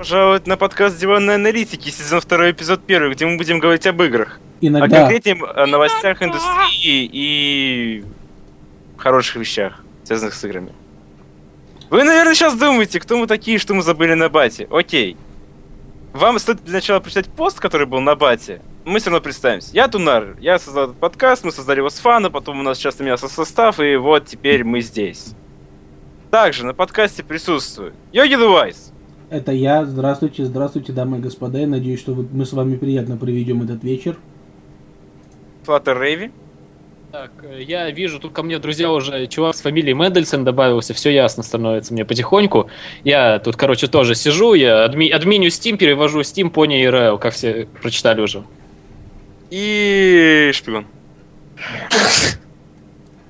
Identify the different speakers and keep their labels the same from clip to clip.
Speaker 1: Пожалуйста, на подкаст «Диванной аналитики», сезон 2, эпизод 1, где мы будем говорить об играх. О
Speaker 2: Иногда.
Speaker 1: конкретнем о новостях индустрии и хороших вещах, связанных с играми. Вы, наверное, сейчас думаете, кто мы такие, что мы забыли на бате. Окей. Вам стоит для начала прочитать пост, который был на бате. Мы все равно представимся. Я Тунар, я создал этот подкаст, мы создали его с фана, потом у нас часто менялся состав, и вот теперь мы здесь. Также на подкасте присутствует Йоги Дуайс,
Speaker 2: Это я. Здравствуйте, здравствуйте, дамы и господа. Я надеюсь, что вы- мы с вами приятно проведем этот вечер.
Speaker 1: Флаттер Рейви,
Speaker 3: Так, э, я вижу, тут ко мне, друзья, уже чувак с фамилией Мендельсон добавился, все ясно становится мне потихоньку. Я тут, короче, тоже сижу, я адми- админю Steam, перевожу Steam, Pony и Rail, как все прочитали уже.
Speaker 1: и Шпигун.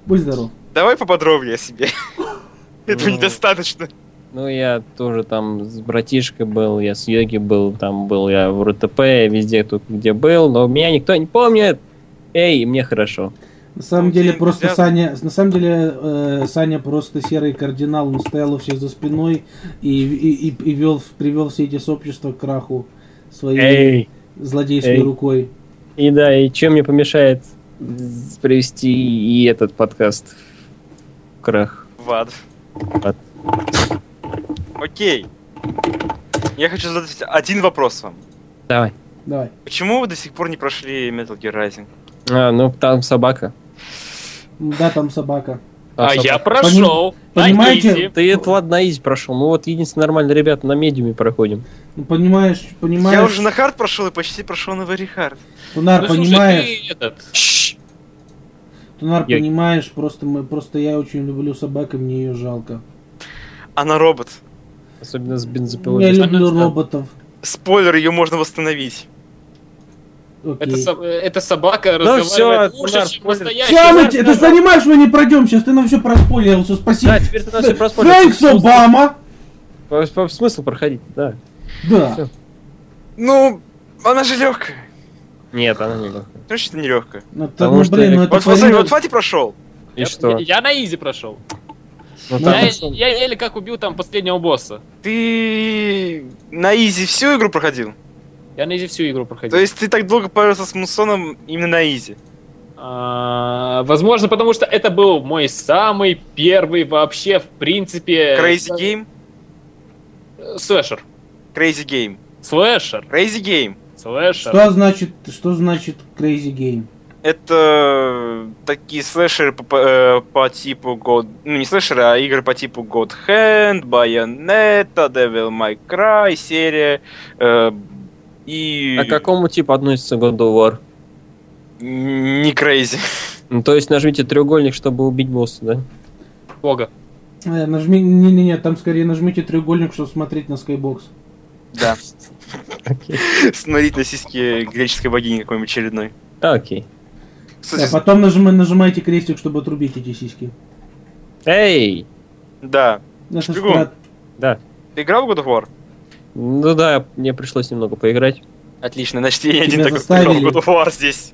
Speaker 2: Будь здоров.
Speaker 1: Давай поподробнее о себе. Этого
Speaker 4: Ну.
Speaker 1: недостаточно.
Speaker 4: Ну, я тоже там с братишкой был, я с Йоги был, там был я в РТП, я везде тут где был, но меня никто не помнит. Эй, мне хорошо.
Speaker 2: На самом
Speaker 1: Ну,
Speaker 2: деле
Speaker 1: день
Speaker 2: просто
Speaker 1: взят.
Speaker 2: Саня, на самом деле э, Саня просто серый кардинал, он стоял у всех за спиной и, и, и- и вел, привел все эти сообщества к краху своей
Speaker 4: Эй.
Speaker 2: злодейской
Speaker 4: Эй.
Speaker 2: рукой.
Speaker 4: И да, и чем мне помешает з- привести и этот подкаст в крах?
Speaker 1: Вад.
Speaker 4: Вад.
Speaker 1: Окей. Я хочу задать один вопрос вам.
Speaker 4: Давай.
Speaker 2: Давай.
Speaker 1: Почему вы до сих пор не прошли Metal Gear Rising?
Speaker 4: А, ну там собака.
Speaker 2: Ну Да, там собака.
Speaker 3: А, я
Speaker 4: собака.
Speaker 3: прошел.
Speaker 2: понимаете?
Speaker 3: найдите.
Speaker 4: Ты это ладно, на изи прошел. Мы вот единственные нормальные ребята на медиуме проходим.
Speaker 2: Ну понимаешь, понимаешь.
Speaker 1: Я уже на хард прошел и почти прошел на Very Hard.
Speaker 2: Тунар,
Speaker 3: Ну, слушай,
Speaker 2: понимаешь.
Speaker 3: ты этот,
Speaker 4: Шш.
Speaker 2: Тунар,
Speaker 4: Я-
Speaker 2: понимаешь, просто мы просто я очень люблю собак, и мне ее жалко.
Speaker 1: Она робот.
Speaker 4: Особенно с
Speaker 2: Я
Speaker 4: бензопилой. А,
Speaker 2: люблю
Speaker 3: Понятно.
Speaker 2: роботов.
Speaker 1: Спойлер, ее можно восстановить.
Speaker 2: Окей.
Speaker 3: это, со- э, эта
Speaker 4: всё,
Speaker 3: собака разговаривает лучше,
Speaker 4: Тунар,
Speaker 3: чем
Speaker 4: смотри.
Speaker 3: настоящий.
Speaker 2: Все, мы,
Speaker 3: Тунар,
Speaker 2: те- ты понимаешь, мы не пройдем сейчас, ты нам все проспойлерил, все, спасибо.
Speaker 4: Да, а теперь ты нас все проспорил.
Speaker 2: Фэнкс, Обама!
Speaker 4: По- по- Смысл проходить, да.
Speaker 2: Да.
Speaker 4: Всё.
Speaker 1: Ну, она же легкая.
Speaker 4: Нет, она не легкая.
Speaker 1: Точно не легкая.
Speaker 2: Ну, так,
Speaker 4: Потому
Speaker 2: ну,
Speaker 4: что
Speaker 2: блин,
Speaker 4: я-
Speaker 2: ну, это
Speaker 1: Вот смотри,
Speaker 2: парень-
Speaker 1: вот Фати прошел.
Speaker 4: И
Speaker 3: я-
Speaker 4: что?
Speaker 3: Я на изи прошел.
Speaker 4: Ну,
Speaker 2: Ну,
Speaker 4: там-
Speaker 3: Я, я еле как убил там последнего босса.
Speaker 1: Ты на изи всю игру проходил?
Speaker 3: Я на изи всю игру проходил.
Speaker 1: То есть ты так долго парился с Мусоном именно на изи?
Speaker 3: А, Возможно, потому что это был мой самый первый вообще, в принципе...
Speaker 1: Crazy Game?
Speaker 3: э, Слэшер.
Speaker 1: Crazy Game.
Speaker 3: Слэшер.
Speaker 1: Crazy Game.
Speaker 3: Слэшер.
Speaker 2: Что значит, что значит Crazy Game?
Speaker 1: Это такие слэшеры по, по- э, по типу God... Ну, не слэшеры, а игры по типу God Hand, Bayonetta, Devil May Cry, серия... э, и...
Speaker 4: А к какому типу относится God of War?
Speaker 1: Не Crazy.
Speaker 4: Ну, то есть нажмите треугольник, чтобы убить босса, да?
Speaker 3: Бога.
Speaker 2: Э, Нажми, не-не-не, там скорее нажмите треугольник, чтобы смотреть на Skybox.
Speaker 1: Да.
Speaker 4: Окей.
Speaker 1: Смотреть на сиськи греческой богини какой-нибудь очередной.
Speaker 4: А, окей.
Speaker 2: А
Speaker 1: Кстати,
Speaker 2: потом нажима- нажимайте крестик, чтобы отрубить эти сиськи.
Speaker 4: Эй!
Speaker 1: да.
Speaker 2: Это ж
Speaker 1: Шпигун.
Speaker 2: про-
Speaker 4: Да.
Speaker 1: Ты играл в God of War?
Speaker 4: Ну да, мне пришлось немного поиграть.
Speaker 1: Отлично, значит, я не
Speaker 2: Тебя
Speaker 1: один такой кто играл
Speaker 2: заставили.
Speaker 1: в God of War здесь.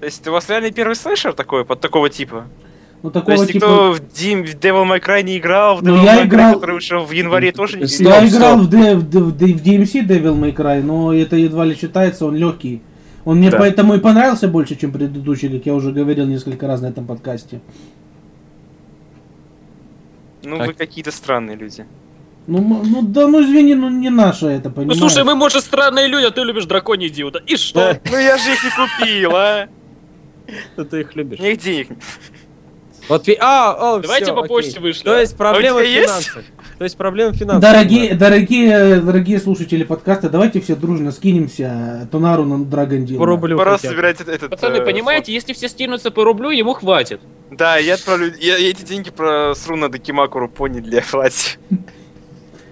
Speaker 1: То есть у вас реально первый слэшер такой, под такого типа?
Speaker 2: Ну
Speaker 1: То
Speaker 2: такого
Speaker 1: есть
Speaker 2: типа...
Speaker 1: никто в, Дим, в Devil May Cry не играл, в
Speaker 2: Ну,
Speaker 1: Devil
Speaker 2: я
Speaker 1: May Cry,
Speaker 2: играл-
Speaker 1: который вышел в январе, тоже не
Speaker 4: Стоп,
Speaker 2: Я
Speaker 1: играл.
Speaker 2: играл в, D- в, D- в D- в DMC Devil May Cry, но это едва ли считается, он легкий. Он мне
Speaker 4: Да.
Speaker 2: поэтому и понравился больше, чем предыдущий, как я уже говорил несколько раз на этом подкасте.
Speaker 1: Ну,
Speaker 4: Так.
Speaker 1: вы какие-то странные люди.
Speaker 2: Ну, м- ну да, ну извини, ну не наше это,
Speaker 3: Ну
Speaker 2: понимаешь?
Speaker 3: слушай, мы, может, странные люди, а ты любишь драконий диуда. И что?
Speaker 4: Да,
Speaker 1: Ну, я же их не купил, а!
Speaker 4: ну ты их любишь.
Speaker 1: Мне их денег нет.
Speaker 4: Вот ви- А, о,
Speaker 3: Давайте
Speaker 4: всё,
Speaker 3: по
Speaker 4: окей.
Speaker 3: почте вышли.
Speaker 4: То есть проблема
Speaker 1: А
Speaker 4: в
Speaker 1: у тебя есть?
Speaker 4: финансах. То есть проблема в финансах.
Speaker 2: Дорогие, дорогие, дорогие слушатели подкаста, давайте все дружно скинемся Тунару на Dragon Deal.
Speaker 4: По рублю
Speaker 1: Пора
Speaker 4: хотя бы.
Speaker 1: собирать этот... этот,
Speaker 3: Пацаны,
Speaker 1: э,
Speaker 3: понимаете, если все стянутся по рублю, ему хватит.
Speaker 1: фонд. Да, я отправлю... Я я эти деньги просру на Докимакуру пони для платья.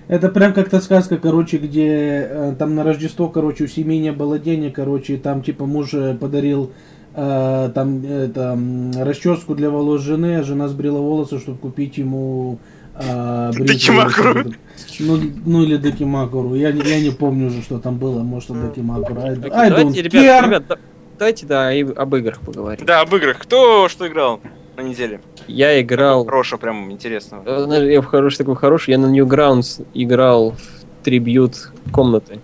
Speaker 2: Это прям как то сказка, короче, где э, там на Рождество, короче, у семьи не было денег, короче, и там типа муж э, подарил э, там это, м, расческу для волос жены, а жена сбрила волосы, чтобы купить ему э, бритву.
Speaker 1: Дакимакуру.
Speaker 2: Ну, ну или Дакимакуру. Я, не- я не помню уже, что там было. Может, это Дакимакуру. I,
Speaker 4: Окей,
Speaker 2: I don't
Speaker 4: Давайте, ребят,
Speaker 2: care.
Speaker 4: ребят, да- давайте, да, и об играх поговорим.
Speaker 1: Да, об играх. Кто что играл на неделе?
Speaker 4: Я играл
Speaker 1: Хорошего, прям интересного.
Speaker 4: Э, знаешь, Я в хороший такой хороший, я на Newgrounds играл в трибьют комнаты.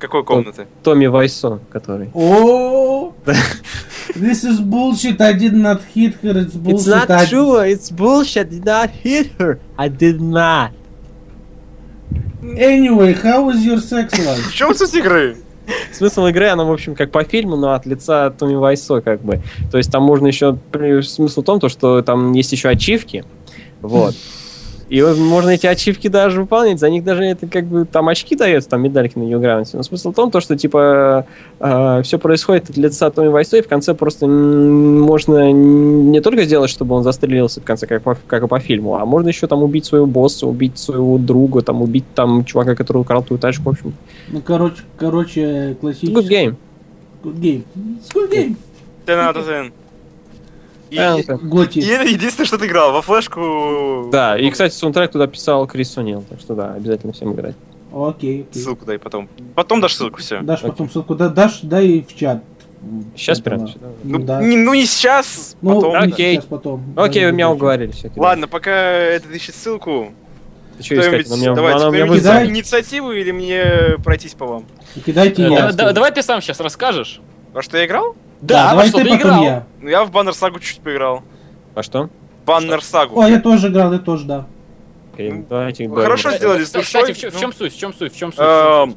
Speaker 1: Какой комнаты?
Speaker 4: Томми Вайсо, который.
Speaker 2: О, This is bullshit, I did not hit her, it's
Speaker 4: It's
Speaker 2: bullshit.
Speaker 4: not
Speaker 2: I-
Speaker 4: true, it's bullshit, did not hit her, I did not.
Speaker 2: Anyway, how is your sex
Speaker 1: В
Speaker 2: life?
Speaker 1: чем суть игры?
Speaker 4: Смысл игры, она, в общем, как по фильму, но от лица Томми Вайсо, как бы. То есть там можно еще... при- Смысл в том, то, что там есть еще ачивки, вот. И вот можно эти ачивки даже выполнять, за них даже это как бы там очки даются, там медальки на географии. Но смысл в том, то, что типа все происходит от лица Томми Вайсо, и в конце просто м, можно не только сделать, чтобы он застрелился в конце, как, по- как и по фильму, а можно еще там убить своего босса, убить своего друга, там убить там чувака, который украл твою тачку, в общем.
Speaker 2: Ну, короче, короче,
Speaker 4: Good
Speaker 2: классический...
Speaker 4: game.
Speaker 2: Good game. It's good game.
Speaker 1: Ten out of ten. И,
Speaker 4: Да, ну, как-
Speaker 2: Готи.
Speaker 1: и это единственное, что ты играл. Во флешку...
Speaker 4: Да, и, кстати, саундтрек туда писал Крис Сунил, так что да, обязательно всем играть.
Speaker 2: Окей, окей.
Speaker 1: Ссылку дай потом. Потом дашь ссылку, все.
Speaker 2: Дашь
Speaker 4: Окей.
Speaker 2: потом ссылку, да, дашь, дай и в чат.
Speaker 4: Сейчас
Speaker 2: Это
Speaker 4: прям.
Speaker 2: да.
Speaker 4: сюда.
Speaker 1: Ну,
Speaker 2: да.
Speaker 1: не, ну не сейчас,
Speaker 2: Ну,
Speaker 1: потом.
Speaker 4: да. Окей.
Speaker 2: сейчас потом.
Speaker 4: Окей,
Speaker 2: Да,
Speaker 4: вы меня
Speaker 2: да.
Speaker 4: уговорили, все.
Speaker 1: Ладно, пока этот ищет ссылку,
Speaker 4: что искать?
Speaker 1: кто-нибудь-
Speaker 4: Она у меня- ну,
Speaker 1: давайте,
Speaker 4: она у меня
Speaker 1: кто-нибудь
Speaker 4: вызвала.
Speaker 2: вызывает.
Speaker 1: за инициативу или мне пройтись по вам?
Speaker 2: И Кидайте
Speaker 3: Э,
Speaker 2: я.
Speaker 3: да- да-
Speaker 2: скажу.
Speaker 3: Давай ты сам сейчас расскажешь.
Speaker 1: Во что я играл?
Speaker 2: Да,
Speaker 3: во
Speaker 2: давай
Speaker 3: что
Speaker 2: ты,
Speaker 3: ты
Speaker 2: потом
Speaker 3: играл?
Speaker 2: я.
Speaker 1: Ну я в Баннер Сагу чуть поиграл.
Speaker 4: А что?
Speaker 1: Баннер Сагу.
Speaker 2: О, я тоже играл, я тоже, да.
Speaker 4: Окей,
Speaker 1: Ну,
Speaker 4: давайте.
Speaker 1: ну,
Speaker 4: да,
Speaker 1: хорошо
Speaker 4: да.
Speaker 1: сделали. с
Speaker 3: Кстати, Э, Кстати,
Speaker 1: душой,
Speaker 3: в чем, в
Speaker 1: ну.
Speaker 3: чем суть? В чем суть? В чем суть? В чем
Speaker 1: Эм,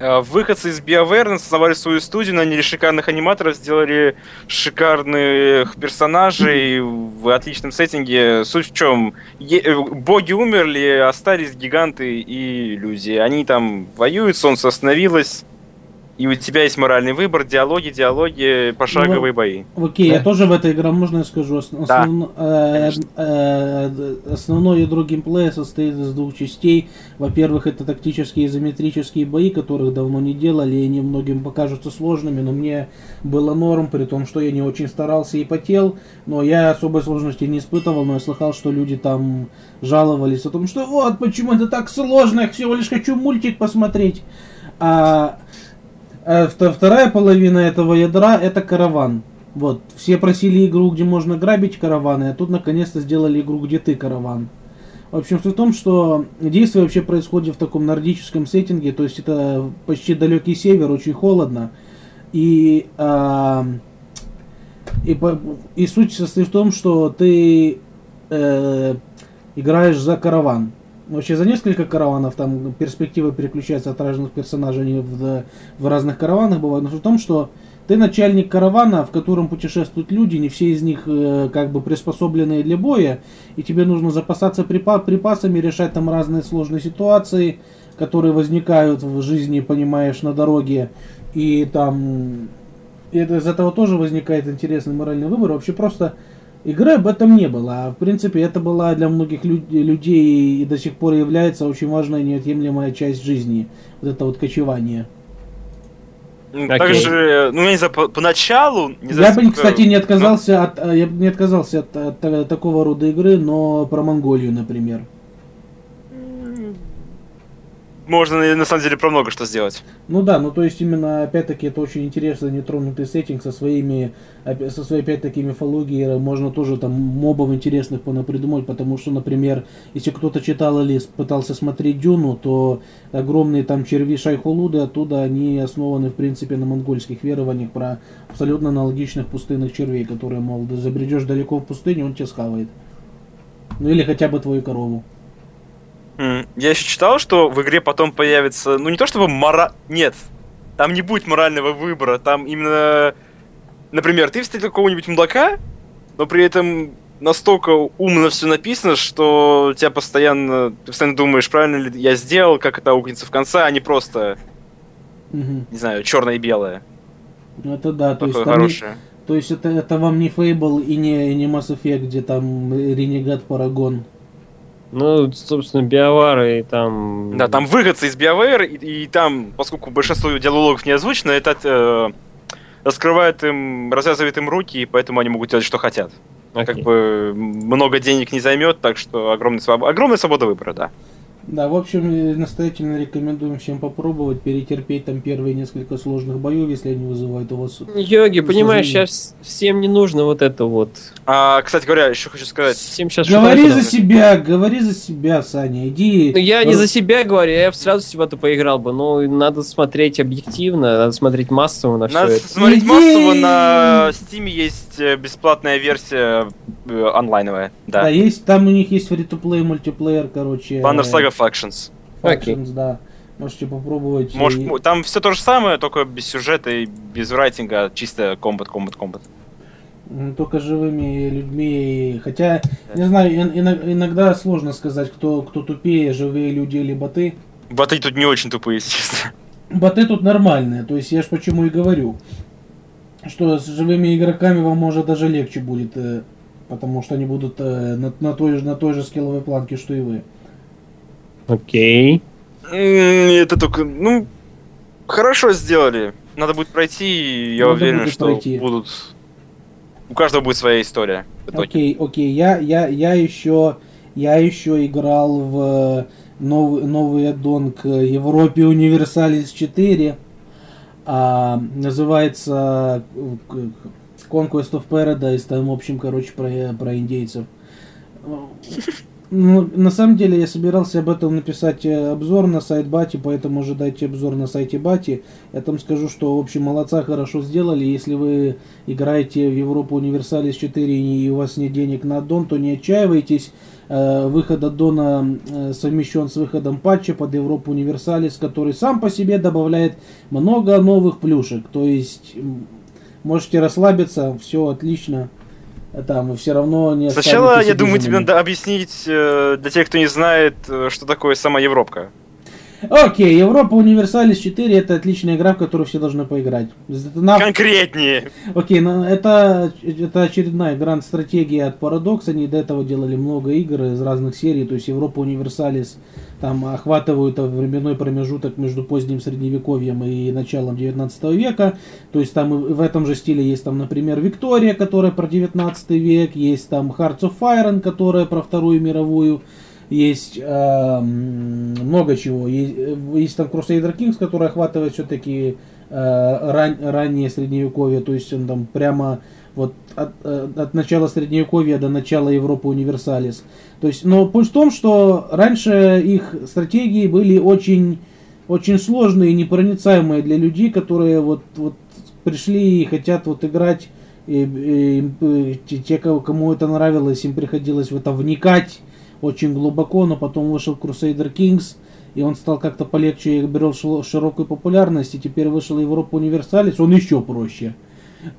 Speaker 1: э, Выходцы из BioWare основали свою студию, наняли шикарных аниматоров, сделали шикарных персонажей в отличном сеттинге. Суть в чем? е- э, Боги умерли, остались гиганты и люди. Они там воюют, солнце остановилось, и у тебя есть моральный выбор, диалоги, диалоги,
Speaker 2: Ну,
Speaker 1: пошаговые бои.
Speaker 2: Окей,
Speaker 4: Да.
Speaker 2: я тоже в это играл, можно я скажу? Ос-
Speaker 1: Да,
Speaker 2: основно- э,
Speaker 1: конечно.
Speaker 2: э, д- Основное ядро геймплея состоит из двух частей. Во-первых, это тактические изометрические бои, которых давно не делали, и они многим покажутся сложными, но мне было норм, при том, что я не очень старался и потел, но я особой сложности не испытывал, но я слыхал, что люди там жаловались о том, что вот почему это так сложно, я всего лишь хочу мультик посмотреть. А, а вто- вторая половина этого ядра это караван. Вот, все просили игру, где можно грабить караваны, а тут наконец-то сделали игру, где ты караван. В общем, суть в том, что действие вообще происходит в таком нордическом сеттинге, то есть это почти далекий север, очень холодно. И, а, и, по- и суть состоит в том, что ты э, играешь за караван. Вообще за несколько караванов, там перспектива переключается от разных персонажей, они в, в разных караванах бывают. Но суть в том, что ты начальник каравана, в котором путешествуют люди, не все из них э, как бы приспособленные для боя, и тебе нужно запасаться припа- припасами, решать там разные сложные ситуации, которые возникают в жизни, понимаешь, на дороге, и там и это, из этого тоже возникает интересный моральный выбор. Вообще просто игры об этом не было, а в принципе это была для многих лю- людей и до сих пор является очень важная неотъемлемая часть жизни, вот это вот кочевание.
Speaker 1: Ну,
Speaker 4: Окей.
Speaker 1: Также, ну я не знаю, по- поначалу... не
Speaker 2: я
Speaker 1: знаю,
Speaker 2: бы,
Speaker 1: сколько-
Speaker 2: кстати, не отказался от, э, я бы не отказался от, э, та- такого рода игры, но про Монголию, например.
Speaker 1: Можно на на самом деле про много что сделать.
Speaker 2: Ну да, ну то есть именно, опять-таки, это очень интересный нетронутый сеттинг со своими, опя- со своей, опять-таки, мифологией. Можно тоже там мобов интересных понапридумать, потому что, например, если кто-то читал или с- пытался смотреть Дюну, то огромные там черви Шайхулуды, оттуда они основаны, в принципе, на монгольских верованиях про абсолютно аналогичных пустынных червей, которые, мол, ты забредешь далеко в пустыню, он тебя схавает. Ну или хотя бы твою корову.
Speaker 1: М, Я еще читал, что в игре потом появится, ну не то чтобы мора... Нет, там не будет морального выбора, там именно... Например, ты встретил какого-нибудь мудака, но при этом настолько умно все написано, что тебя постоянно... Ты постоянно думаешь, правильно ли я сделал, как это аукнется в конце, а не просто,
Speaker 2: Мгм.
Speaker 1: не знаю, черное и белое.
Speaker 2: Ну это да, то
Speaker 1: Такое
Speaker 2: есть там не-
Speaker 1: хорошее.
Speaker 2: То есть это, это вам не Фейбл и не, и не Mass Effect, где там Ренегат Парагон.
Speaker 4: Ну, собственно, биовары и там...
Speaker 1: Да, там выходцы из BioWare, и, и там, поскольку большинство диалогов не озвучено, это э, раскрывает им, развязывает им руки, и поэтому они могут делать, что хотят.
Speaker 4: Окей.
Speaker 1: Как бы много денег не займет, так что огромная свобода, огромная свобода выбора, да.
Speaker 2: Да, в общем, э, настоятельно рекомендуем всем попробовать, перетерпеть там первые несколько сложных боев, если они вызывают у вас...
Speaker 4: Йоги, понимаешь,
Speaker 2: сожалению.
Speaker 4: сейчас всем не нужно вот это вот.
Speaker 1: А, кстати говоря, еще хочу сказать.
Speaker 4: Всем сейчас
Speaker 2: Говори
Speaker 4: что-то-
Speaker 2: за себя, говори за себя, Саня, иди...
Speaker 4: Ну, я не
Speaker 2: Ру-
Speaker 4: за себя говорю, я б сразу с то поиграл бы, но надо смотреть объективно, надо смотреть массово на все
Speaker 1: Надо
Speaker 4: это.
Speaker 1: смотреть
Speaker 2: Иди!
Speaker 1: массово, на Steam есть э, бесплатная версия э, онлайновая,
Speaker 2: Да.
Speaker 1: да.
Speaker 2: есть, там у них есть фри-то-плей, мультиплеер, короче.
Speaker 1: Banner
Speaker 2: э,
Speaker 1: Saga Factions.
Speaker 2: Factions,
Speaker 4: Окей.
Speaker 2: да. Можете попробовать.
Speaker 1: Может,
Speaker 2: и-
Speaker 1: м- там все то же самое, только без сюжета и без райтинга, чисто комбат, комбат, комбат.
Speaker 2: М, Только живыми людьми. Хотя, не знаю, ин- ин- иногда сложно сказать, кто, кто тупее, живые люди или боты.
Speaker 1: Боты тут не очень тупые, если честно.
Speaker 2: Боты тут нормальные, то есть я ж почему и говорю, что с живыми игроками вам может даже легче будет, э, потому что они будут э, на, на той, же- на той же скилловой планке, что и вы.
Speaker 4: Окей.
Speaker 1: М, Это только, ну, хорошо сделали. Надо будет пройти, и я
Speaker 2: Надо
Speaker 1: уверен,
Speaker 2: будет
Speaker 1: что
Speaker 2: пройти.
Speaker 1: будут... У каждого будет своя история. в итоге.
Speaker 2: Окей, окей, я, я, я еще, я еще играл в э, новый, новый аддон к Европе Универсалис 4. а, называется э, к- Conquest of Paradise, там, в общем, короче, про, про индейцев. Ну, на самом деле я собирался об этом написать э, обзор на сайт Бати, поэтому ожидайте обзор на сайте Бати. Я там скажу, что, в общем, молодца, хорошо сделали. Если вы играете в Европу Универсалис 4 и у вас нет денег на аддон, то не отчаивайтесь. Э, Выход аддона э, совмещен с выходом патча под Европу Универсалис, который сам по себе добавляет много новых плюшек. То есть м, можете расслабиться, все отлично. Э, Там вы все равно не
Speaker 1: Сначала,
Speaker 2: останетесь
Speaker 1: я думаю, тебе
Speaker 2: обиженными.
Speaker 1: надо объяснить э, для тех, кто не знает, э, что такое сама Европка.
Speaker 2: Окей, Европа Универсалис 4 это отличная игра, в которую все должны поиграть. Затонав-
Speaker 1: Конкретнее!
Speaker 2: Окей, ну это, это очередная гранд-стратегия от Paradox. Они до этого делали много игр из разных серий. То есть Европа Универсалис там охватывают временной промежуток между поздним средневековьем и началом 19 века. То есть там и в этом же стиле есть там, например, Виктория, которая про 19 век. Есть там Hearts of Iron, которая про Вторую мировую. Есть эм, много чего. Есть, есть там Crusader Kings, который охватывает все-таки э, ран- раннее средневековье, то есть он там прямо вот от, э, от начала средневековья до начала Европы универсалис. То есть, но путь в том, что раньше их стратегии были очень, очень сложные и непроницаемые для людей, которые вот, вот пришли и хотят вот играть, и, и им, э, те, те, кого- кому это нравилось, им приходилось в это вникать очень глубоко, но потом вышел Crusader Kings, и он стал как-то полегче и брел шил- широкую популярность, и теперь вышел Европа Универсалис, он еще проще.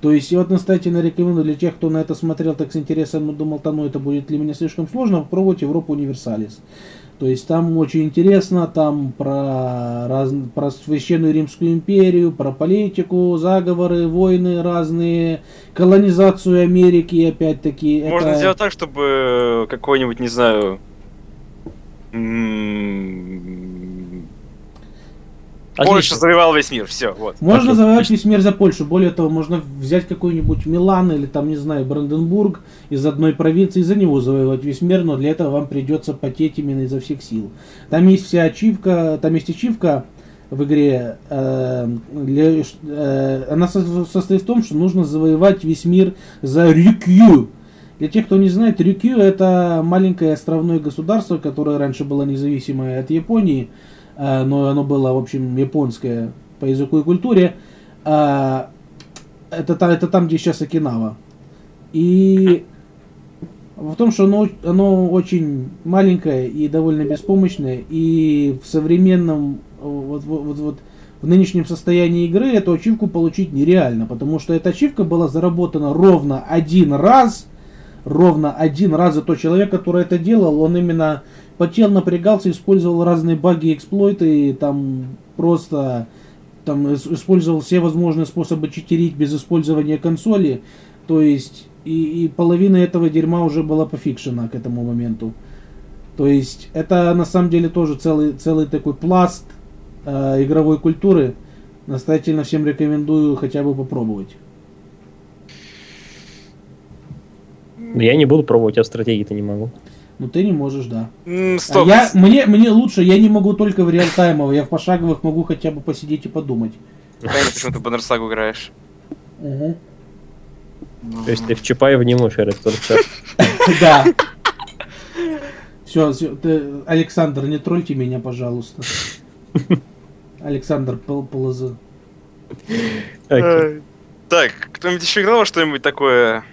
Speaker 2: То есть, я вот настоятельно рекомендую для тех, кто на это смотрел так с интересом и думал, там, ну это будет для меня слишком сложно, попробовать Европу Универсалис. То есть там очень интересно, там про, раз- про священную Римскую империю, про политику, заговоры, войны разные, колонизацию Америки, опять-таки.
Speaker 1: Можно
Speaker 2: это-
Speaker 1: сделать так, чтобы э, какой-нибудь, не знаю... м, Польша
Speaker 4: Отлично.
Speaker 1: завоевал весь мир, все, вот.
Speaker 2: Можно
Speaker 4: Окей.
Speaker 2: завоевать весь мир за Польшу. Более того, можно взять какой-нибудь Милан или там, не знаю, Бранденбург из одной провинции и за него завоевать весь мир, но для этого вам придется потеть именно изо всех сил. Там есть вся ачивка, там есть ачивка в игре, э, для- э, она со- состоит в том, что нужно завоевать весь мир за Рюкью. Для тех, кто не знает, Рюкю это маленькое островное государство, которое раньше было независимое от Японии, э, но оно было, в общем, японское по языку и культуре. А, Это, та- это там, где сейчас Окинава. И в том, что оно, оно очень маленькое и довольно беспомощное, и в современном, э, вот, вот, вот- вот в нынешнем состоянии игры эту ачивку получить нереально, потому что эта ачивка была заработана ровно один раз, ровно один раз, и тот человек, который это делал, он именно потел, напрягался, использовал разные баги и эксплойты, и там просто там ис- использовал все возможные способы читерить без использования консоли, то есть и, и половина этого дерьма уже была пофикшена к этому моменту. То есть это на самом деле тоже целый, целый такой пласт э, игровой культуры. Настоятельно всем рекомендую хотя бы попробовать.
Speaker 4: Я не буду пробовать, я в стратегии-то не могу.
Speaker 2: но Ну, ты не можешь, да.
Speaker 1: М,
Speaker 2: А
Speaker 1: Стоп.
Speaker 2: я, мне, мне лучше, я не могу только в реалтаймово, я в пошаговых могу хотя бы посидеть и подумать.
Speaker 1: Понятно, почему ты в Баннерсагу играешь.
Speaker 2: Угу.
Speaker 4: То есть ты в Чапаева не можешь играть только что.
Speaker 2: Да. Все, Александр, не тролльте меня, пожалуйста. Александр Пол- Полозы.
Speaker 4: Окей.
Speaker 1: Э, Так, кто-нибудь еще играл во что-нибудь такое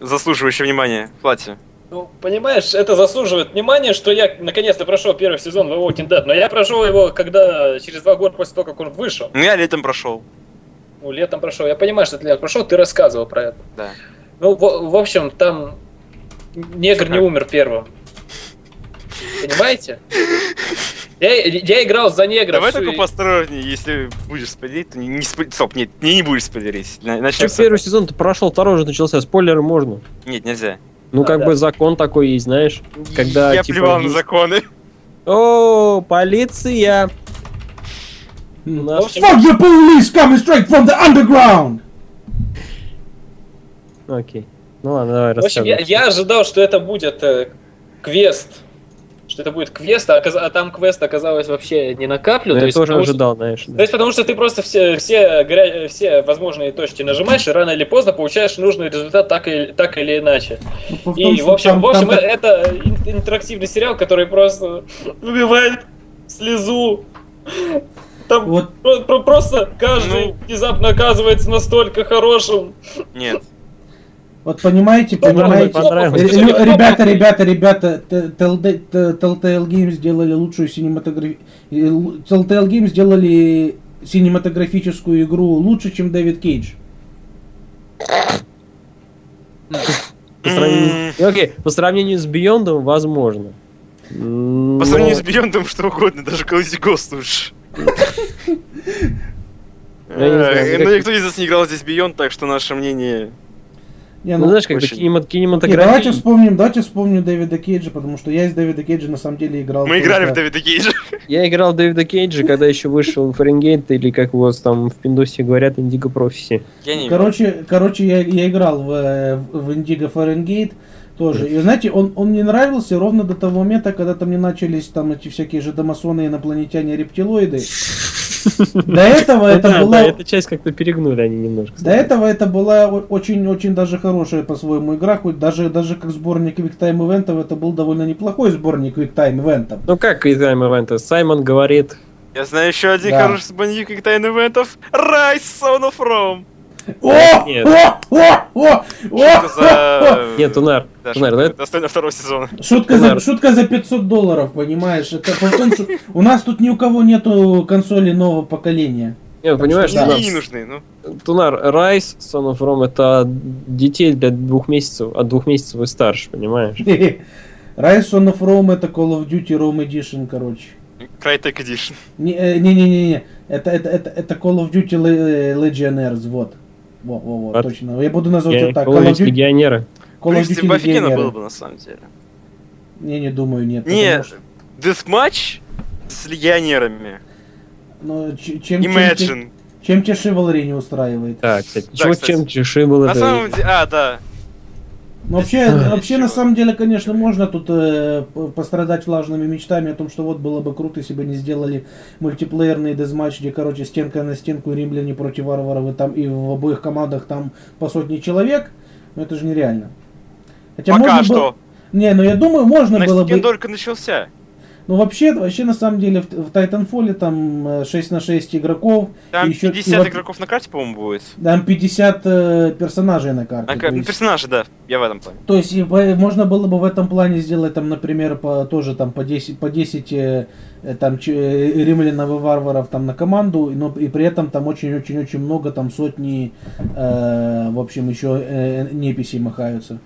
Speaker 1: заслуживающее внимания в платье?
Speaker 3: Ну, понимаешь, это заслуживает внимания, что я наконец-то прошел первый сезон The Walking Dead, но я прошел его, когда через два года после того, как он вышел.
Speaker 1: Ну, я летом прошел.
Speaker 3: Ну, летом прошел. Я понимаю, что ты летом прошел, ты рассказывал про это.
Speaker 1: Да.
Speaker 3: Ну, в, в общем, там негр не умер первым. Понимаете? Я, я играл за негра.
Speaker 1: Давай
Speaker 3: всю-
Speaker 1: только поосторожнее, если будешь спойлерить, то не, не спой- Стоп, нет, не, не будешь спойлерить. На- Начнем
Speaker 4: Ты
Speaker 1: с-
Speaker 4: первый сезон ты прошел, второй уже начался, спойлеры можно.
Speaker 1: Нет, нельзя.
Speaker 4: Ну,
Speaker 3: Да,
Speaker 4: как
Speaker 3: да.
Speaker 4: бы закон такой есть, знаешь. Когда,
Speaker 1: я
Speaker 4: типа,
Speaker 1: плевал на
Speaker 4: есть-
Speaker 1: законы.
Speaker 4: О, полиция!
Speaker 3: Ну,
Speaker 4: Наш-
Speaker 2: Fuck the police coming straight from the underground!
Speaker 4: Окей. Ну ладно, давай
Speaker 3: В общем, я,
Speaker 4: рассказывай.
Speaker 3: я ожидал, что это будет э, квест. Что это будет квест, а, оказ- а там квест оказалось вообще не на каплю. ну, то
Speaker 4: Ну, Я
Speaker 3: есть
Speaker 4: тоже
Speaker 3: потому что-
Speaker 4: ожидал, знаешь.
Speaker 3: То есть потому что ты просто все, все, горя- все возможные точки нажимаешь, и рано или поздно получаешь нужный результат так или, так или иначе.
Speaker 2: Ну, по- в том,
Speaker 3: И,
Speaker 2: что
Speaker 3: в общем,
Speaker 2: там-
Speaker 3: в общем
Speaker 2: там-
Speaker 3: э- это ин- интерактивный сериал, который просто выбивает слезу. Там
Speaker 2: Вот.
Speaker 3: про- про- просто каждый
Speaker 1: Ну.
Speaker 3: внезапно оказывается настолько хорошим.
Speaker 1: Нет.
Speaker 2: Вот понимаете, понимаете?
Speaker 4: Мне понравилось.
Speaker 2: Ре-
Speaker 4: Слушай,
Speaker 2: лю- Ребята, ребята, ребята, Т- TLD Т- Telltale Games сделали лучшую синематографию. Telltale Games сделали синематографическую игру лучше, чем Дэвид Кейдж.
Speaker 4: По сравнению с- Окей, по сравнению с Бьондом, возможно.
Speaker 1: По сравнению с Бьондом что угодно, даже Call of Duty Ghost лучше.
Speaker 4: Я не знаю,
Speaker 1: Э,
Speaker 4: как-
Speaker 1: Ну, никто из нас не играл здесь Бьонд, так что наше мнение...
Speaker 2: Не,
Speaker 4: Ну, знаешь, как бы
Speaker 1: Очень.
Speaker 4: кинемат-
Speaker 2: Не, давайте
Speaker 4: кинематография.
Speaker 2: вспомним, давайте вспомним Дэвида Кейджа, потому что я из Дэвида Кейджа на самом деле играл.
Speaker 1: Мы играли в
Speaker 2: только-
Speaker 1: Дэвида Кейджа.
Speaker 4: Я играл в Дэвида Кейджа, когда еще вышел Фаренгейт, или как у вас там в Пиндосе говорят, Индиго Профиси.
Speaker 1: Я не
Speaker 2: Короче, короче, я, я играл в, э, в Индиго Фаренгейт тоже. И знаете, он, он мне нравился ровно до того момента, когда там не начались там эти всякие же домасоны, инопланетяне, рептилоиды. До этого
Speaker 4: Ну
Speaker 2: это
Speaker 4: да, да,
Speaker 2: была
Speaker 4: эту часть как-то перегнули они немножко.
Speaker 2: до этого это была о- очень-очень даже хорошая по-своему игра, хоть даже, даже как сборник Виктайм Ивентов, это был довольно неплохой сборник Виктайм Ивентов.
Speaker 4: Ну как из Time Event? Саймон говорит,
Speaker 1: Я знаю еще один
Speaker 2: Да.
Speaker 1: хороший сбанник и тайн ивентов. Rise Son of Rome.
Speaker 2: О!
Speaker 4: Нет.
Speaker 2: О! О! О!
Speaker 1: Шутка
Speaker 2: О!
Speaker 1: за...
Speaker 4: нет, Тунар,
Speaker 1: Да,
Speaker 4: Тунар,
Speaker 1: шутка
Speaker 4: да?
Speaker 1: достойна второго сезона.
Speaker 2: Шутка за,
Speaker 4: Ладно.
Speaker 2: шутка за 500 долларов, понимаешь? Это при том, что у нас тут ни у кого нету консолей нового поколения.
Speaker 4: Нет, понимаешь,
Speaker 1: Мне
Speaker 2: что да.
Speaker 1: не
Speaker 4: Тунар,
Speaker 1: нужны, ну.
Speaker 4: Тунар, Райс, Son of Rome, это детей для двух месяцев, от двух месяцев и старше, понимаешь?
Speaker 2: Rise of Rome это Call of Duty Rome Edition, короче.
Speaker 1: Crytek Edition.
Speaker 2: Не- э, Не-не-не-не, это, это, это, это Call of Duty Le- Legionnaires, вот. Во-во-во,
Speaker 4: Вот.
Speaker 2: точно. Я буду назвать
Speaker 4: Я
Speaker 2: Ну, это так.
Speaker 4: Call of Duty легионеры.
Speaker 1: В
Speaker 2: Call of
Speaker 1: принципе,
Speaker 2: Duty
Speaker 1: бы офигенно было
Speaker 2: Legionnaires.
Speaker 1: бы, на самом деле.
Speaker 2: Не, не думаю, нет.
Speaker 1: Не,
Speaker 2: потому что-
Speaker 1: Deathmatch с легионерами.
Speaker 2: ну, ч- чем, чем, те-
Speaker 1: Imagine.
Speaker 2: чем те Chivalry не устраивает?
Speaker 4: Так, кстати,
Speaker 1: Да,
Speaker 4: чего
Speaker 1: кстати.
Speaker 4: чем чеши было?
Speaker 1: На самом деле... А, да.
Speaker 2: Ну, Вообще, вообще на самом деле, конечно, можно тут э, п- пострадать влажными мечтами о том, что вот было бы круто, если бы не сделали мультиплеерный дезматч, где, короче, стенка на стенку и римляне против варваров, и там и в обоих командах там по сотни человек. Но это же нереально. Хотя
Speaker 1: Пока
Speaker 2: можно
Speaker 1: что.
Speaker 2: Было... Не, ну я думаю, можно было
Speaker 1: Next Gen
Speaker 2: бы...
Speaker 1: только начался.
Speaker 2: Ну вообще, вообще на самом деле в, в Titanfall там э, 6 на 6 игроков,
Speaker 1: Там
Speaker 2: Ещё- и
Speaker 1: 50
Speaker 2: вот-
Speaker 1: игроков на карте, по-моему, будет.
Speaker 2: там 50 э, персонажей на карте.
Speaker 1: На
Speaker 2: то
Speaker 1: ка- ну,
Speaker 2: есть-
Speaker 1: персонажи, да. Я в этом плане.
Speaker 2: То есть и по- можно было бы в этом плане сделать там, например, по, тоже там по 10, по 10 э, э, там, ч- э, римлянов и варваров там на команду, и- но и при этом там очень-очень-очень много, там сотни, э, в общем, еще э, неписей махаются.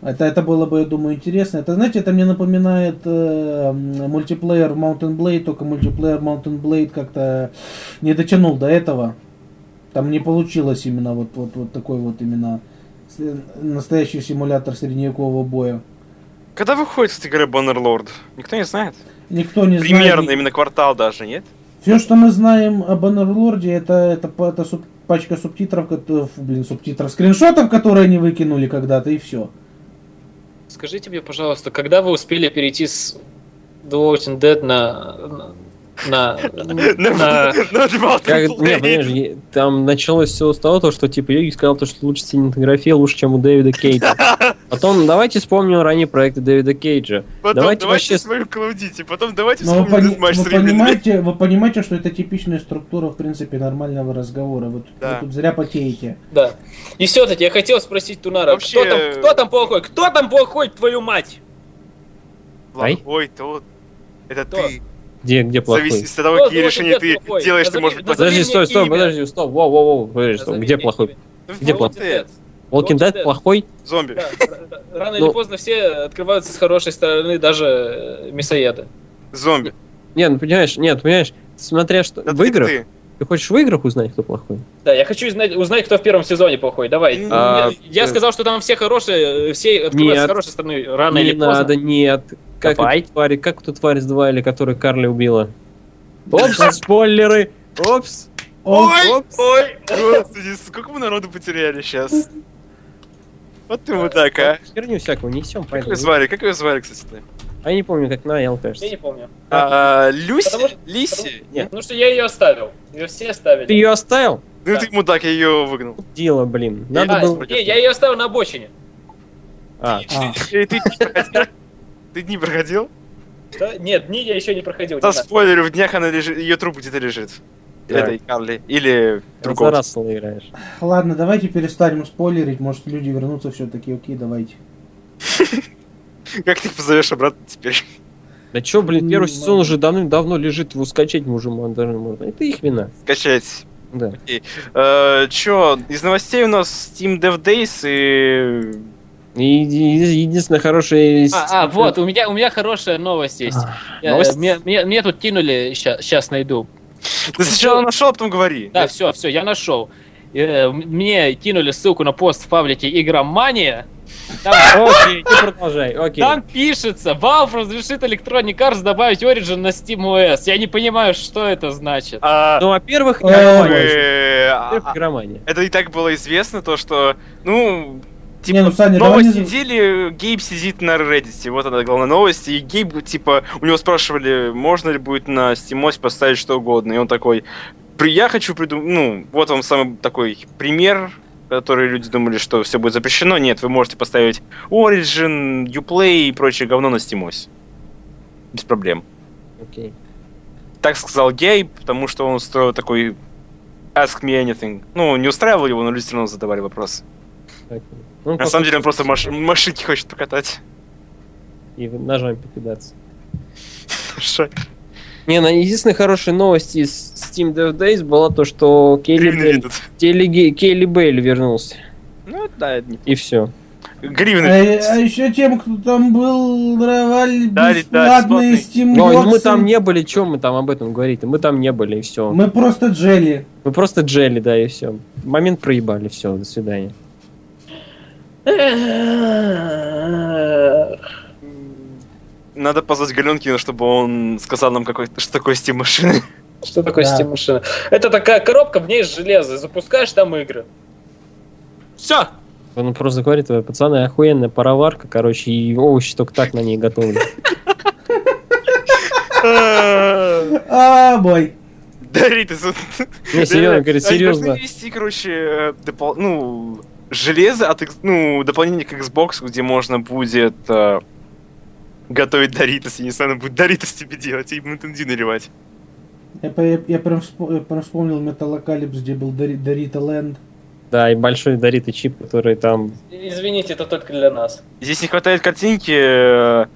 Speaker 2: Это, это было бы, я думаю, интересно. Это, знаете, это мне напоминает э, м, мультиплеер в Mountain Blade, только мультиплеер Mountain Blade как-то не дотянул до этого. Там не получилось именно вот, вот, вот такой вот именно с- настоящий симулятор средневекового боя.
Speaker 1: Когда выходит, кстати говоря, Баннерлорд? Никто не знает.
Speaker 2: Никто не
Speaker 1: Примерно,
Speaker 2: знает.
Speaker 1: именно квартал даже, нет?
Speaker 2: Все, что мы знаем об Баннерлорде, это, это, па- это суб- пачка субтитров, кот- э, фу, блин, субтитров, скриншотов, которые они выкинули когда-то, и все.
Speaker 3: Скажите мне, пожалуйста, когда вы успели перейти с The Walking Dead на... на... на... на...
Speaker 4: Ну, Как- не, понимаешь, е- там началось все с того, то, что типа Йоги сказал, то, что лучше синематография лучше, чем у Дэвида Кейджа. Потом давайте вспомним ранние проекты Дэвида Кейджа.
Speaker 1: Потом
Speaker 4: давайте
Speaker 1: давайте
Speaker 4: вообще-
Speaker 1: свою Call of Duty, потом давайте
Speaker 2: Но вы,
Speaker 1: вспомним
Speaker 2: Ну, пони-
Speaker 1: матч
Speaker 2: вы
Speaker 1: с Римляной.
Speaker 2: понимаете, вы понимаете, что это типичная структура, в принципе, нормального разговора. Вы, тут-
Speaker 1: Да.
Speaker 2: вы тут зря потеете.
Speaker 3: Да. И все-таки я хотел спросить Тунара,
Speaker 1: Вообще-
Speaker 3: кто, там, кто там плохой? Кто там плохой, твою мать?
Speaker 4: Ай.
Speaker 1: Ой, то это
Speaker 3: Кто?
Speaker 1: ты.
Speaker 4: Где, где плохой?
Speaker 1: Зависит от того,
Speaker 3: Кто
Speaker 1: какие
Speaker 3: The Walking
Speaker 1: решения
Speaker 3: Dead
Speaker 1: ты
Speaker 3: плохой?
Speaker 1: делаешь, ты
Speaker 3: Назови-
Speaker 1: можешь быть
Speaker 3: назови
Speaker 4: Подожди,
Speaker 3: мне
Speaker 4: стой, стой,
Speaker 3: имя.
Speaker 4: подожди, стоп, воу, воу, воу, подожди, стоп,
Speaker 3: Назови
Speaker 4: где
Speaker 3: мне
Speaker 4: плохой?
Speaker 3: имя.
Speaker 4: Где
Speaker 3: Walking
Speaker 4: плохой?
Speaker 3: Dead.
Speaker 4: Walking
Speaker 3: Walking
Speaker 4: Dead
Speaker 3: Dead.
Speaker 4: плохой?
Speaker 1: Зомби.
Speaker 3: Да, р- Рано или
Speaker 4: Ну.
Speaker 3: поздно все открываются с хорошей стороны даже э, мясоеды.
Speaker 1: Зомби.
Speaker 4: Нет, ну понимаешь, нет, понимаешь, смотря что...
Speaker 1: Да
Speaker 4: в
Speaker 1: ты-
Speaker 4: играх?
Speaker 1: ты.
Speaker 4: Ты хочешь в играх узнать, кто плохой?
Speaker 3: Да, я хочу узнать, узнать, кто в первом сезоне плохой. Давай.
Speaker 1: Ну,
Speaker 4: А,
Speaker 3: Я- я
Speaker 4: э,
Speaker 3: сказал, что там все хорошие, э, все открываются
Speaker 4: Нет.
Speaker 3: с хорошей стороны рано
Speaker 4: не
Speaker 3: или поздно.
Speaker 4: надо, нет. Как
Speaker 3: Давай.
Speaker 4: эту тварь, как эту тварь сдвали, которую Карли убила? Опс, спойлеры! Опс!
Speaker 2: О,
Speaker 1: Ой,
Speaker 4: Опс.
Speaker 1: ой, господи, сколько мы народу потеряли сейчас. Вот ты мудак, а.
Speaker 4: Херню всякую несем,
Speaker 1: Как ее
Speaker 4: поэтому...
Speaker 1: звали? Как ее звали, кстати? ты?
Speaker 4: А я не помню, как Наэл,
Speaker 3: Я не
Speaker 4: кажется.
Speaker 3: помню.
Speaker 1: А,
Speaker 3: Потому
Speaker 1: Люси?
Speaker 3: что-
Speaker 1: Лиси?
Speaker 4: Нет.
Speaker 3: Ну что я ее оставил. Ее все оставили.
Speaker 4: Ты ее оставил?
Speaker 1: Ну ты мудак, я ее выгнал.
Speaker 4: Дело, блин.
Speaker 1: Я-
Speaker 4: Надо
Speaker 3: А,
Speaker 4: было...
Speaker 3: не, я ее оставил на обочине.
Speaker 4: А,
Speaker 2: а,
Speaker 1: Эй, ты дни проходил? Ты дни проходил?
Speaker 3: Да? Нет, дни я еще не проходил. не
Speaker 1: За
Speaker 3: знаю.
Speaker 1: спойлеры, в днях она лежит, ее труп где-то лежит.
Speaker 4: Так.
Speaker 1: Этой Карли. Или
Speaker 4: за
Speaker 1: другого.
Speaker 4: Рассела играешь.
Speaker 2: ладно, давайте перестанем спойлерить. Может, люди вернутся все-таки. Окей, давайте.
Speaker 1: Как ты их позовешь обратно теперь?
Speaker 4: Да чё, блин,
Speaker 2: М,
Speaker 4: первый
Speaker 2: ладно.
Speaker 4: сезон уже давным-давно лежит, его скачать мы уже даже можно. Это их вина.
Speaker 1: Скачать.
Speaker 4: Да.
Speaker 1: Э, чё, из новостей у нас Steam Dev Days и...
Speaker 4: И, и- единственное хорошее... из-
Speaker 3: А, а, вот, у меня, у меня хорошая новость есть. Я-
Speaker 4: новость?
Speaker 3: Мне, мне- мне тут кинули, сейчас найду.
Speaker 1: Ты сначала нашел, а потом говори.
Speaker 3: Да, все, все, я нашел. Э, м- Мне кинули ссылку на пост в паблике Игромания. Там,
Speaker 4: Окей, ты продолжай, окей.
Speaker 3: там пишется, Valve разрешит Electronic Arts добавить Origin на SteamOS. Я не понимаю, что это значит.
Speaker 1: А,
Speaker 4: Ну, во-первых,
Speaker 2: Ой.
Speaker 4: игромания.
Speaker 1: э, а-
Speaker 4: Во-первых, игромания.
Speaker 1: Это и так было известно, то что, ну, типа,
Speaker 2: Не, ну, Саня, давай
Speaker 1: новость
Speaker 2: не-
Speaker 1: недели, Гейб сидит на Reddit, вот она главная новость, и Гейб, типа, у него спрашивали, можно ли будет на SteamOS поставить что угодно, и он такой, «При- я хочу придумать, ну, вот вам самый такой пример, который люди думали, что все будет запрещено, нет, вы можете поставить Origin, Uplay и прочее говно на SteamOS. Без проблем.
Speaker 4: Окей.
Speaker 1: Так сказал Гейб, потому что он устроил такой Ask me anything. Ну, не устраивал его, но люди все равно задавали вопросы.
Speaker 4: окей. Ну,
Speaker 1: На самом деле он просто маш- машинки хочет покатать.
Speaker 4: И ножами покидаться.
Speaker 1: Шо?
Speaker 4: Не, ну, единственная хорошая новость из Steam Dev Days была то, что Келли
Speaker 1: Гривны
Speaker 4: Белль,
Speaker 1: едут.
Speaker 4: Келли, Ге- Келли Белль вернулся.
Speaker 1: Ну, да, это не-
Speaker 4: И все.
Speaker 2: А,
Speaker 1: Э, гривны.
Speaker 2: Э, еще А, тем, кто там был, давали
Speaker 1: Да, да,
Speaker 2: бесплатные Steam
Speaker 4: Но ну мы
Speaker 2: боксы.
Speaker 4: там не были, чем мы там об этом говорить? Мы там не были, и все.
Speaker 2: Мы просто джели.
Speaker 4: Мы просто джели, да, и все. Момент проебали, все, до свидания.
Speaker 1: Надо позвать Галенкина, чтобы он сказал нам, какой, что такое Steam машины.
Speaker 3: Что такое
Speaker 2: Да.
Speaker 3: Steam машина? Это такая коробка, в ней железо. Запускаешь там игры. Все.
Speaker 4: Он просто говорит, пацаны, охуенная пароварка, короче, и овощи только так на ней Ну, готовы.
Speaker 2: А, бой.
Speaker 1: Дари, ты тут.
Speaker 4: Не, серьезно, говорит,
Speaker 1: Они должны
Speaker 4: серьезно.
Speaker 1: ввести, короче, э, допол- ну, железо от, X- ну, дополнение к Xbox, где можно будет э, готовить Доритос, я не знаю, она будет Доритос тебе делать и Mountain Dew наливать.
Speaker 2: Я, по- я- я прям, вспо- я прям вспомнил Металлокалипс, где был Дори- Дорита Ленд.
Speaker 4: Да, и большой дарит и чип, который там...
Speaker 3: Извините, это только для нас.
Speaker 1: Здесь не хватает картинки, э,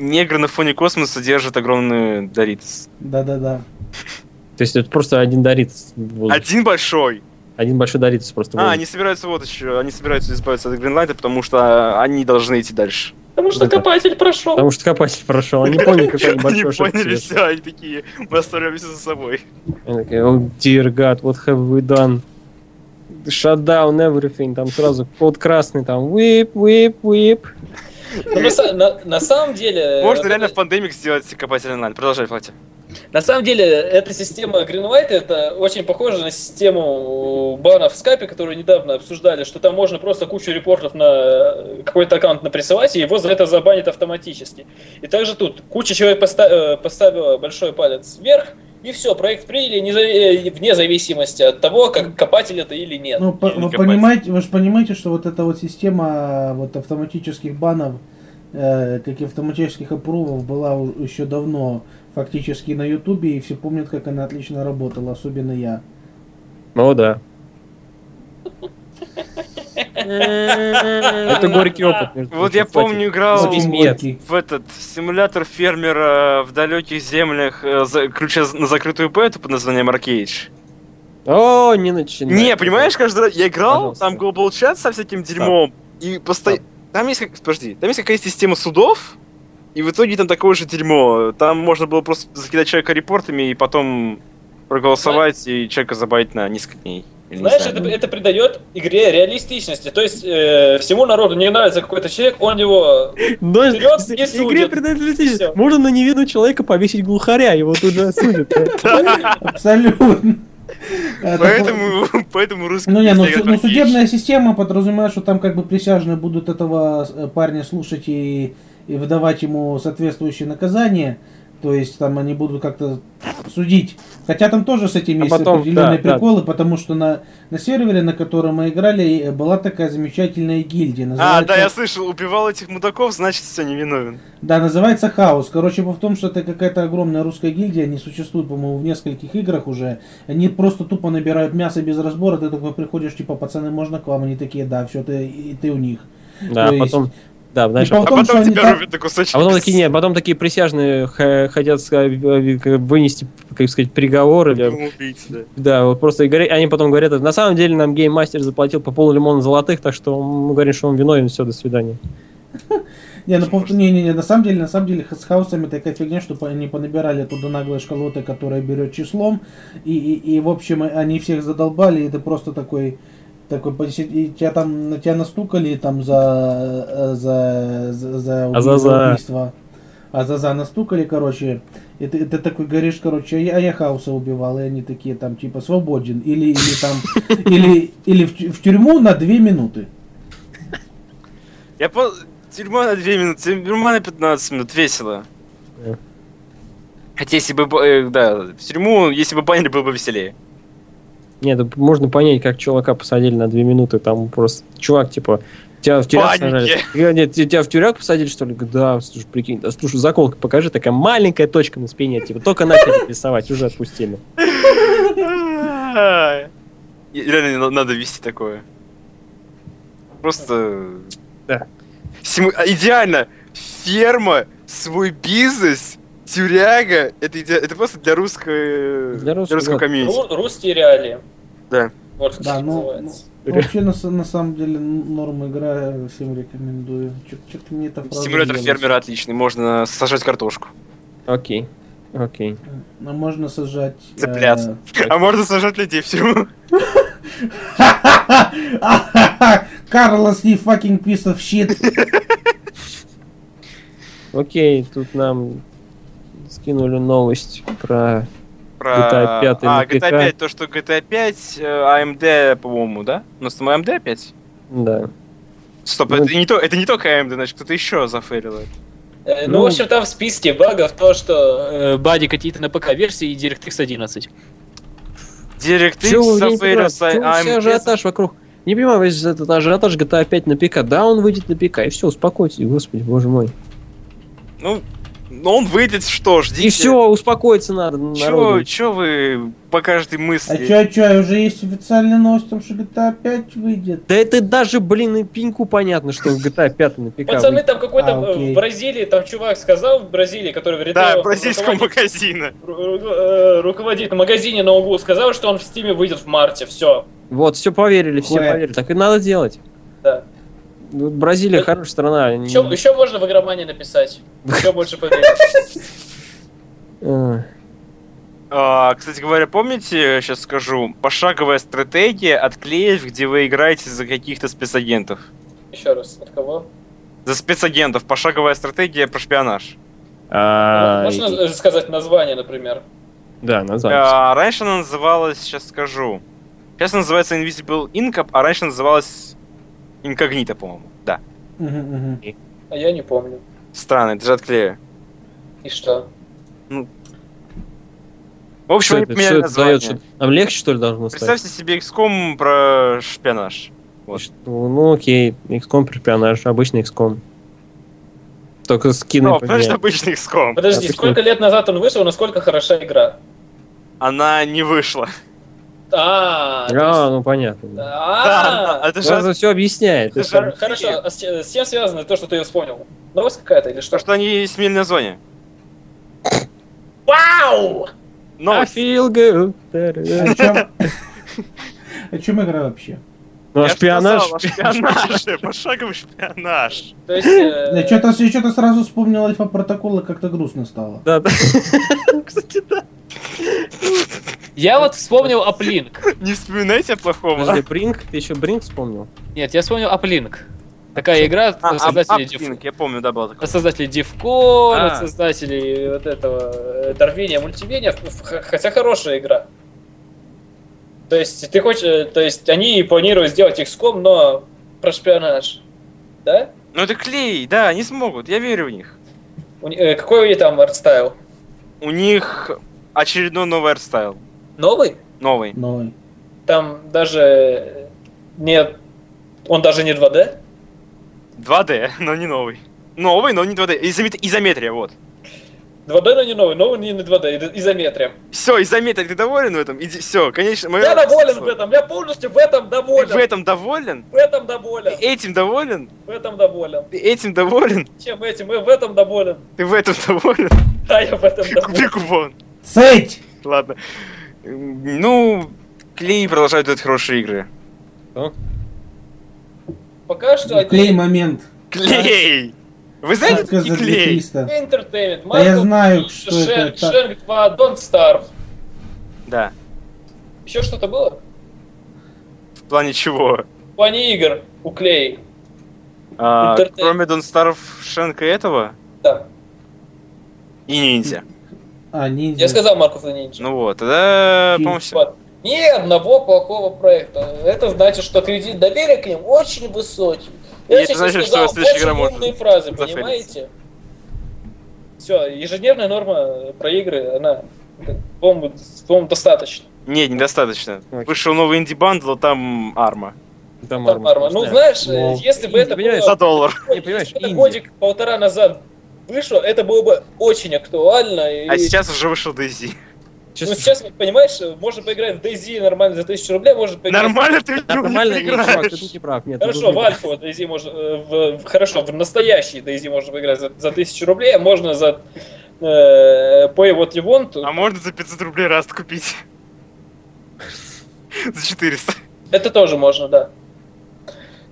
Speaker 1: негры на фоне космоса держат огромную Доритос.
Speaker 2: Да-да-да.
Speaker 4: То есть это просто один дарит.
Speaker 1: Один большой!
Speaker 4: Один большой дарит просто.
Speaker 1: А,
Speaker 4: возит.
Speaker 1: они собираются вот еще, они собираются избавиться от Гринлайта, потому что а, они должны идти дальше.
Speaker 3: Потому что
Speaker 4: Да.
Speaker 3: копатель прошел.
Speaker 4: Потому что копатель прошел. Они помнят, какой они
Speaker 1: Они
Speaker 4: большой ошибку
Speaker 1: поняли
Speaker 4: совершили.
Speaker 1: все, они такие, мы оставляемся за собой.
Speaker 4: Они такие, oh dear God, what have we done? Shut down everything. Там сразу код красный, там whip, whip, whip.
Speaker 3: Ну, на, са- на- на самом деле... э,
Speaker 1: Можно
Speaker 3: вот
Speaker 1: реально в
Speaker 3: это-
Speaker 1: пандемик сделать копатель онлайн. Продолжай, Фати.
Speaker 3: На самом деле, эта система Greenlight это очень похоже на систему банов в скайпе, которую недавно обсуждали, что там можно просто кучу репортов на какой-то аккаунт наприсовать, и его за это забанят автоматически. И также тут куча человек поста- э, поставила большой палец вверх, и все, проект приняли не зави- э, вне зависимости от того, как копатель это или нет.
Speaker 2: Ну, по-
Speaker 1: Или
Speaker 2: вы,
Speaker 1: копать.
Speaker 2: понимаете, вы же понимаете, что вот эта вот система вот автоматических банов, э, как и автоматических опрувов, была у- еще давно фактически на Ютубе, и все помнят, как она отлично работала, особенно я.
Speaker 4: Ну да. Это горький опыт. между
Speaker 1: А, Вот
Speaker 4: прочим,
Speaker 1: я помню, играл
Speaker 4: Здесь
Speaker 2: Очень
Speaker 4: нет.
Speaker 2: горький.
Speaker 1: в этот симулятор фермера в далеких землях, э, за- ключа на закрытую бету под названием Аркейдж.
Speaker 4: кстати. О, не начинай.
Speaker 1: Не, понимаешь, каждый раз я играл,
Speaker 4: Пожалуйста.
Speaker 1: там Global Chat со всяким дерьмом, и постоянно... Там есть, как... подожди, там есть какая-то система судов, и в итоге там такое же дерьмо. Там можно было просто закидать человека репортами и потом проголосовать и человека забавить на несколько дней. Или не
Speaker 3: Знаешь,
Speaker 1: знаю. ну.
Speaker 3: это, это придает игре реалистичности. То есть э, всему народу не нравится какой-то человек, он его
Speaker 4: Но
Speaker 3: Вперед
Speaker 4: с-
Speaker 3: не
Speaker 4: игре
Speaker 3: судят.
Speaker 4: придает лететь.
Speaker 3: Всё.
Speaker 4: Можно на невинного человека повесить глухаря, его тут же осудят.
Speaker 2: Абсолютно. Это по-
Speaker 1: Поэтому, поэтому русские...
Speaker 2: Ну не, ну,
Speaker 1: песни
Speaker 2: су- ну,
Speaker 1: играют в Аркейдж.
Speaker 2: судебная система подразумевает, что там как бы присяжные будут этого э, парня слушать и, и выдавать ему соответствующие наказания. То есть там они будут как-то судить. Хотя там тоже с этим
Speaker 4: А
Speaker 2: есть
Speaker 4: потом,
Speaker 2: определенные
Speaker 4: да, да.
Speaker 2: приколы, потому что на, на сервере, на котором мы играли, э, была такая замечательная гильдия.
Speaker 1: А,
Speaker 2: называется-
Speaker 1: да, я слышал, убивал этих мудаков, значит, все, невиновен.
Speaker 2: Да, называется хаос. Короче, в том, что это какая-то огромная русская гильдия, они существуют, по-моему, в нескольких играх уже. Они просто тупо набирают мясо без разбора, ты такой приходишь, типа, пацаны, можно к вам? Они такие, да, все, ты, и ты у них.
Speaker 4: Да,
Speaker 2: То есть-
Speaker 4: потом... Да, знаешь,
Speaker 2: И
Speaker 4: а
Speaker 1: А
Speaker 2: Потом, что
Speaker 1: потом
Speaker 2: они
Speaker 1: тебя
Speaker 2: так-
Speaker 1: рубят на кусочки.
Speaker 4: а потом такие, нет, потом такие присяжные х- хотят ска- в- в- вынести, как сказать, приговор или...
Speaker 1: Убийцы, да.
Speaker 4: Да, вот просто и говори- они потом говорят, на самом деле нам гейммастер заплатил по пол лимона золотых, так что мы говорим, что он виновен, все, до свидания.
Speaker 2: Не, ну, пов- не, не, не, на самом деле, на самом деле, с хаосами такая фигня, что по- они понабирали туда наглые школоты, которые берет числом, и, и, и, в общем, они всех задолбали, и ты просто такой, такой, поси- и тебя там, на тебя настукали там за, э, за, за, А за, уби-
Speaker 4: Азаза.
Speaker 2: за убийство. А за за настукали, короче, и ты, ты такой говоришь, короче, а я, а я хаоса убивал, и они такие там, типа, свободен, или, или там, или, или в, тю- в тюрьму на две минуты.
Speaker 1: Я пол... Тюрьма на 2 минуты, тюрьма на 15 минут, весело.
Speaker 4: Да.
Speaker 1: Хотя если бы, б- э, да, в тюрьму, если бы банили, было бы веселее.
Speaker 4: Нет, это можно понять, как чувака посадили на две минуты, там просто чувак, типа, тебя в тюряк
Speaker 1: Паники.
Speaker 4: сажали. Я, Нет, тебя в тюряк посадили, что ли? Говорю, Да, слушай, прикинь, да, слушай, заколка покажи, такая маленькая точка на спине, типа, только начали рисовать, уже отпустили.
Speaker 1: Реально не на- надо вести такое. Просто...
Speaker 4: Да.
Speaker 1: Симу- а, Идеально! Ферма, свой бизнес, тюряга, это, иде- это просто для русской...
Speaker 4: Для русского, да.
Speaker 1: комьюнити.
Speaker 5: Ру- русские реалии.
Speaker 1: Да.
Speaker 5: Вот как
Speaker 2: Да, ну,
Speaker 5: называется.
Speaker 2: Вообще, на, с- на самом деле, н- норм игра, всем рекомендую. Чё-то мне
Speaker 4: Ну,
Speaker 2: эта фраза
Speaker 1: Симулятор
Speaker 2: нравится.
Speaker 1: фермера отличный, можно сажать картошку.
Speaker 4: Окей, окей.
Speaker 2: А можно сажать... э,
Speaker 1: Цыплят. А можно сажать людей в тюрьму.
Speaker 2: Карлос не fucking piece of shit.
Speaker 4: Окей, тут нам скинули новость про...
Speaker 1: Про...
Speaker 4: GTA 5
Speaker 1: А,
Speaker 4: на
Speaker 1: GTA 5,
Speaker 4: ПК.
Speaker 1: то, что GTA 5, э, AMD, по-моему, да? У нас там AMD опять?
Speaker 4: Да.
Speaker 1: Стоп,
Speaker 4: Ну-
Speaker 1: это, не то, это не только AMD, значит, кто-то еще зафейлил это.
Speaker 5: Э,
Speaker 4: Ну.
Speaker 5: Ну, в общем, там в списке багов то, что...
Speaker 3: э, бади какие-то на ПК-версии и DirectX 11.
Speaker 4: Чё
Speaker 1: DirectX
Speaker 4: вы не
Speaker 1: зафейлил
Speaker 4: понимаете?
Speaker 1: с
Speaker 4: Чё Все
Speaker 1: AMD.
Speaker 4: ажиотаж вокруг. Не понимаю, весь этот ажиотаж GTA 5 на ПК. Да, он выйдет на ПК, и все, успокойтесь, господи, боже мой.
Speaker 1: Ну, ну, он выйдет, что, ждите.
Speaker 4: И все, успокоиться надо.
Speaker 1: Чё,
Speaker 4: народу.
Speaker 1: чё вы по каждой
Speaker 2: А
Speaker 1: мысли?
Speaker 2: чё, а чё, уже есть официальная новость, там, что GTA 5 выйдет.
Speaker 4: Да это даже, блин, и пеньку понятно, что в GTA 5 на ПК.
Speaker 5: Пацаны, там какой-то
Speaker 2: А, окей.
Speaker 5: э, в Бразилии, там чувак сказал в Бразилии, который в
Speaker 1: Да,
Speaker 5: ритейле
Speaker 1: бразильского
Speaker 5: руководит,
Speaker 1: магазина.
Speaker 5: ру- ру- э, руководит на магазине на углу, сказал, что он в Стиме выйдет в марте, все.
Speaker 4: Вот, все поверили, все
Speaker 2: Хуя.
Speaker 4: поверили. Так и надо делать.
Speaker 5: Да.
Speaker 4: Ну, Бразилия
Speaker 5: Да.
Speaker 4: хорошая страна. они-
Speaker 5: Еще, можно в игромане написать. Еще больше поверить.
Speaker 4: А,
Speaker 1: А, кстати говоря, помните, сейчас скажу, пошаговая стратегия от клеев, где вы играете за каких-то спецагентов.
Speaker 5: Еще раз, от кого?
Speaker 1: За спецагентов, пошаговая стратегия про шпионаж.
Speaker 4: А,
Speaker 3: Можешь
Speaker 4: и-
Speaker 3: наз- сказать название, например?
Speaker 4: Да, название.
Speaker 1: А, раньше она называлась, сейчас скажу. Сейчас она называется Invisible Incap, а раньше называлась Incognito, по-моему. Да.
Speaker 2: Мгм, мгм.
Speaker 3: А я не помню.
Speaker 1: Странно, это же от клея.
Speaker 3: И что?
Speaker 1: В общем,
Speaker 4: Что
Speaker 1: они
Speaker 4: это, что
Speaker 1: поменяли
Speaker 4: это
Speaker 1: название.
Speaker 4: дает? Что- Нам легче, что ли, должно стать?
Speaker 1: Представьте себе XCOM про шпионаж. вот.
Speaker 4: Что- Ну, окей, XCOM припионаж, обычный XCOM. Только скины
Speaker 1: Ну, потому
Speaker 4: поменяли.
Speaker 1: что обычный XCOM.
Speaker 3: Подожди,
Speaker 4: Отлично.
Speaker 3: сколько лет назад он вышел, насколько хороша игра?
Speaker 1: Она не вышла.
Speaker 3: А, то
Speaker 4: А,
Speaker 3: есть-
Speaker 4: ну понятно. да.
Speaker 1: Да,
Speaker 3: А,
Speaker 1: она- это же
Speaker 4: Это все объясняет.
Speaker 1: Это
Speaker 3: хор-
Speaker 1: же-
Speaker 3: Хорошо, а с че- с чем связано то, что ты ее вспомнил? Новость какая-то или что?
Speaker 1: то, что они сменили название.
Speaker 3: Вау!
Speaker 1: Но
Speaker 4: I feel good.
Speaker 2: А О чем- О чем игра вообще?
Speaker 4: Ну, а
Speaker 1: Я же
Speaker 4: шпионаж?
Speaker 1: сказал, о шпионаже, пошаговый шпионаж.
Speaker 3: То есть... э,
Speaker 2: Я что-то я что-то сразу вспомнил альфа протокол и как-то грустно стало.
Speaker 4: Да, да. Кстати, да.
Speaker 6: Я вот вспомнил Аплинк.
Speaker 1: Не вспоминайте о плохом.
Speaker 4: Подожди, Бринг, ты еще Бринг вспомнил?
Speaker 6: Нет, я вспомнил Аплинк. Такая игра
Speaker 1: А,
Speaker 6: от
Speaker 1: а,
Speaker 6: создателей Диф-
Speaker 1: Uplink, я помню, да, было такое.
Speaker 6: от создателей Дивкон,
Speaker 1: А.
Speaker 6: от создателей вот этого...
Speaker 3: э, Дорвения, мультивения, в- в- х- хотя хорошая игра. То есть ты хочешь, э, то есть они планируют сделать XCOM, но про шпионаж, да?
Speaker 1: Ну это клей, да, они смогут, я верю в них.
Speaker 3: У ни- э, Какой у них там артстайл?
Speaker 1: У них очередной новый арт-стайл.
Speaker 3: Новый?
Speaker 1: Новый.
Speaker 2: Но
Speaker 3: Там даже нет, он даже не 2D.
Speaker 1: 2D, но не новый. Новый, но не 2D. Изомет- Изометрия, вот.
Speaker 3: 2D, но не новый, новый не на 2D, и- изометрия.
Speaker 1: Все, изометрия, ты доволен в этом? Иди, все, конечно. мы-
Speaker 3: Я доволен в этом, я полностью в этом доволен.
Speaker 1: Ты в этом доволен?
Speaker 3: В этом
Speaker 1: Ты
Speaker 3: доволен,
Speaker 1: этим доволен?
Speaker 3: в этом доволен.
Speaker 1: Ты этим доволен?
Speaker 3: Чем этим? Я в этом доволен.
Speaker 1: Ты в этом доволен?
Speaker 3: Да, я в этом доволен.
Speaker 1: Купи купон.
Speaker 2: Сеть!
Speaker 1: Ладно. М, Ну, клей продолжают делать хорошие игры.
Speaker 3: Пока что
Speaker 2: Клей
Speaker 3: они...
Speaker 2: момент.
Speaker 1: Клей! Вы знаете,
Speaker 2: Сказка
Speaker 1: кто
Speaker 2: за
Speaker 1: такие клей?
Speaker 2: 2300.
Speaker 3: Entertainment,
Speaker 2: Да я
Speaker 3: Marvel,
Speaker 2: знаю, что
Speaker 3: Шенк,
Speaker 2: это.
Speaker 3: Шенк 2, Don't Starve.
Speaker 1: Да.
Speaker 3: Еще что-то было?
Speaker 1: В плане чего?
Speaker 3: В плане игр у Клей.
Speaker 1: А,
Speaker 3: Интертей-
Speaker 1: кроме Дон Старов, Шенка и этого?
Speaker 3: Да.
Speaker 1: И ниндзя.
Speaker 2: А, ниндзя.
Speaker 3: Я сказал Марков и Нинджа.
Speaker 1: Ну вот, тогда,
Speaker 2: Фильм.
Speaker 1: по-моему, все.
Speaker 3: Вот. Ни одного плохого проекта. Это значит, что кредит доверия к ним очень высокий.
Speaker 1: И это
Speaker 3: сейчас
Speaker 1: значит,
Speaker 3: сказал
Speaker 1: что следующая игра
Speaker 3: очень
Speaker 1: может
Speaker 3: умные фразы,
Speaker 1: зафейлиться.
Speaker 3: понимаете? Все, ежедневная норма про игры, она, как, по-моему, с- по-моему, достаточно.
Speaker 1: Нет, недостаточно.
Speaker 4: Окей.
Speaker 1: Вышел новый инди-бандл, а там арма.
Speaker 4: Да,
Speaker 3: Там норма. Ну, знаешь, э,
Speaker 2: Мол.
Speaker 3: если бы это
Speaker 4: Понимаешь,
Speaker 3: было...
Speaker 1: За доллар.
Speaker 4: Не, понимаешь,
Speaker 3: Если бы это
Speaker 4: Индия.
Speaker 3: годик-полтора назад вышло, это было бы очень актуально. и-
Speaker 1: А сейчас уже вышел Дейзи.
Speaker 3: Ну, сейчас, как понимаешь, можно поиграть в DayZ нормально за 1000 рублей, может поиграть...
Speaker 1: Нормально ты в него
Speaker 4: Нормально,
Speaker 1: не
Speaker 4: не, чувак, ты
Speaker 1: играешь.
Speaker 4: тут не прав. Нет, ты
Speaker 3: Хорошо,
Speaker 4: тут
Speaker 3: в
Speaker 4: не прав.
Speaker 3: Альфу DayZ можно... э, в- в- хорошо, в настоящий DayZ можно поиграть за, за 1000 рублей, а можно за... э, Pay What You Want.
Speaker 1: А можно за 500 рублей раз купить? За 400.
Speaker 3: Это тоже можно, да.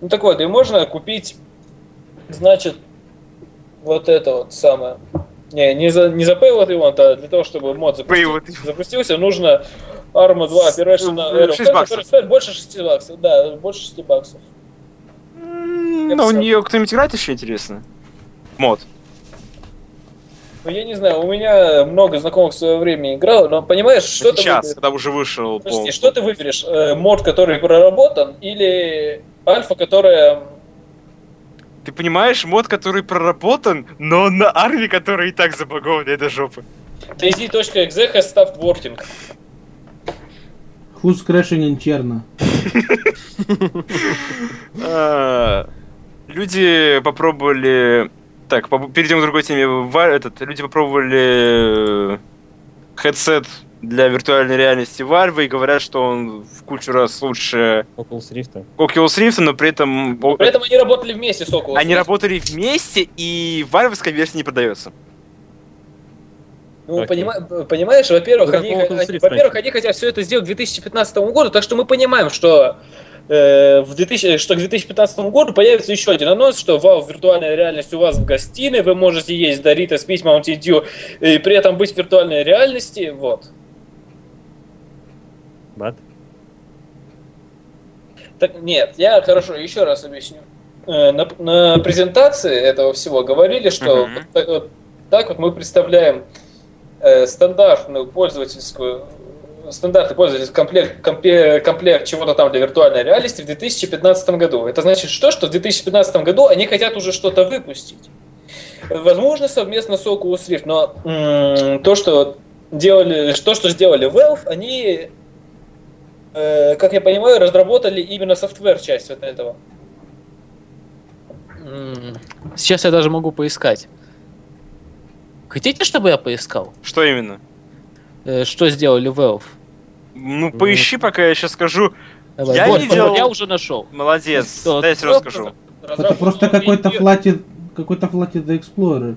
Speaker 3: Ну так вот, и можно купить, значит, вот это вот самое. Не, не за, не за Pay What You Want, а для того, чтобы мод запустить.
Speaker 1: Pay what you want.
Speaker 3: запустился, нужно Arma 2 Operation
Speaker 1: Э,
Speaker 3: RLP,
Speaker 1: шесть баксов.
Speaker 3: который стоит больше 6 баксов. Да, больше 6 баксов.
Speaker 1: М, Ну, у
Speaker 3: всё.
Speaker 1: нее кто-нибудь играет еще, интересно? Мод.
Speaker 3: Ну, я не знаю, у меня много знакомых в свое время играло, но понимаешь, что ты
Speaker 1: Сейчас,
Speaker 3: выберешь?
Speaker 1: когда уже вышел
Speaker 3: Подожди,
Speaker 1: пол.
Speaker 3: что ты выберешь? Э, мод, который проработан, или альфа, которая...
Speaker 1: Ты понимаешь, мод, который проработан, но он на армии, которая и так забагована, это жопа.
Speaker 3: DayZ.exe has stopped working.
Speaker 2: Who's crashing in Cherno?
Speaker 1: А, Люди попробовали... Так, поб- перейдем к другой теме. Ва- Этот, люди попробовали э, хедсет для виртуальной реальности Valve и говорят, что он в кучу раз лучше
Speaker 4: Oculus Rift.
Speaker 1: Oculus Rift, но при этом о- э,
Speaker 3: При этом они работали вместе с Oculus.
Speaker 1: они работали вместе, и вальвовская версия не продается.
Speaker 3: Ну,
Speaker 4: Окей.
Speaker 3: понима- э, понимаешь, во-первых,
Speaker 4: Ну,
Speaker 3: они,
Speaker 4: какого Oculus
Speaker 3: они-
Speaker 4: Rift
Speaker 3: во-первых,
Speaker 4: раньше?
Speaker 3: они хотят все это сделать к 2015 году, так что мы понимаем, что, э, в 2000, что к 2015 году появится еще один анонс, что вау, виртуальная реальность у вас в гостиной, вы можете есть Doritos, пить Mountain Dew, и при этом быть в виртуальной реальности, вот.
Speaker 4: Бат.
Speaker 3: Так, нет, я хорошо, еще раз объясню. Э, На, на презентации этого всего говорили, что
Speaker 1: Мгм.
Speaker 3: э,
Speaker 5: так вот мы представляем э, стандартную пользовательскую стандартный пользовательский комплект, компе- комплект чего-то там для виртуальной реальности в 2015 году. Это значит что? Что в 2015 году они хотят уже что-то выпустить. Возможно, совместно с Oculus Rift, но м, то, что делали, то, что сделали Valve, они, э, как я понимаю, разработали именно софтвер-часть вот этого.
Speaker 3: М, Сейчас я даже могу поискать. Хотите, чтобы я поискал?
Speaker 1: Что именно?
Speaker 3: Э, Что сделали Valve?
Speaker 1: Ну, поищи, пока я сейчас скажу.
Speaker 3: Давай.
Speaker 1: Я
Speaker 3: Вот,
Speaker 1: видел-
Speaker 3: я уже нашел.
Speaker 1: Молодец,
Speaker 3: Что,
Speaker 1: дай я тебе расскажу.
Speaker 2: Это просто какой-то флатит какой-то Flight the Explorer.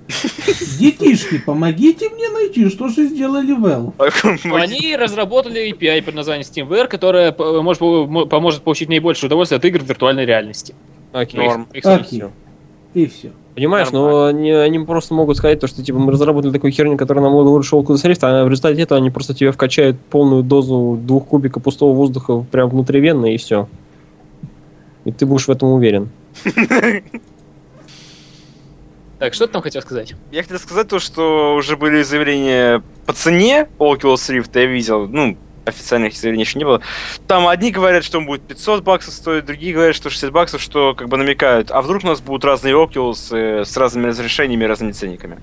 Speaker 2: Детишки, помогите мне найти, что же сделали Valve.
Speaker 3: Но Они разработали API под названием SteamWare, которая по- может, по- поможет получить наибольшее удовольствие от игр в виртуальной реальности. Ну,
Speaker 4: Окей.
Speaker 1: Норм.
Speaker 3: Их- их
Speaker 2: Так.
Speaker 4: Всё.
Speaker 2: И все.
Speaker 4: Понимаешь, но они, они просто могут сказать то, что типа мы разработали такую херню, которая намного лучше Oculus Rift, а в результате этого они просто тебе вкачают полную дозу двух кубика пустого воздуха прям внутривенно и все. И ты будешь в этом уверен.
Speaker 3: Так, что ты там хотел сказать?
Speaker 1: Я хотел сказать то, что уже были заявления по цене Oculus Rift, я видел, ну, официальных заявлений еще не было. Там одни говорят, что он будет 500 баксов стоить, другие говорят, что 60 баксов, что как бы намекают. А вдруг у нас будут разные Oculus э, с разными разрешениями, разными ценниками?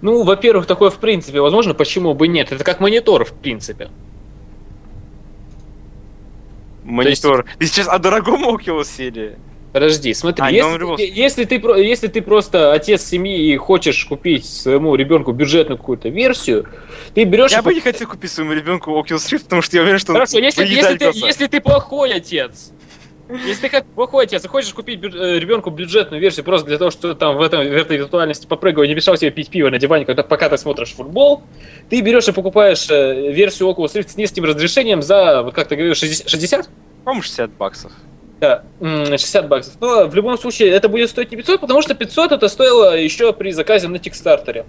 Speaker 3: Ну, во-первых, такое в принципе возможно, почему бы нет? Это как монитор, в принципе.
Speaker 1: Монитор. Ты сейчас о дорогом Oculus или?
Speaker 3: Подожди, смотри,
Speaker 1: А,
Speaker 3: если,
Speaker 1: ну, в любом
Speaker 3: ты, если, ты, про- если ты просто отец семьи и хочешь купить своему ребенку бюджетную какую-то версию, ты берешь... и
Speaker 1: Я бы
Speaker 3: покупаешь-
Speaker 1: не хотел купить своему ребенку Oculus Rift, потому что я уверен, что он
Speaker 3: э, Хорошо, если,
Speaker 1: выедает
Speaker 3: если, ты,
Speaker 1: глаза.
Speaker 3: если ты плохой отец, если ты как плохой отец и хочешь купить бю- э, ребенку бюджетную версию просто для того, что там в, этом, в этой виртуальности попрыгал, не мешал себе пить пиво на диване, когда, пока ты смотришь футбол, ты берешь и покупаешь э, версию Oculus Rift с низким разрешением за, вот как ты говоришь, 60? 60?
Speaker 1: По-моему, 60 баксов.
Speaker 5: Да, м, 60 баксов. Но в любом случае это будет стоить не 500, потому что 500 это стоило еще при заказе на Тикстартере.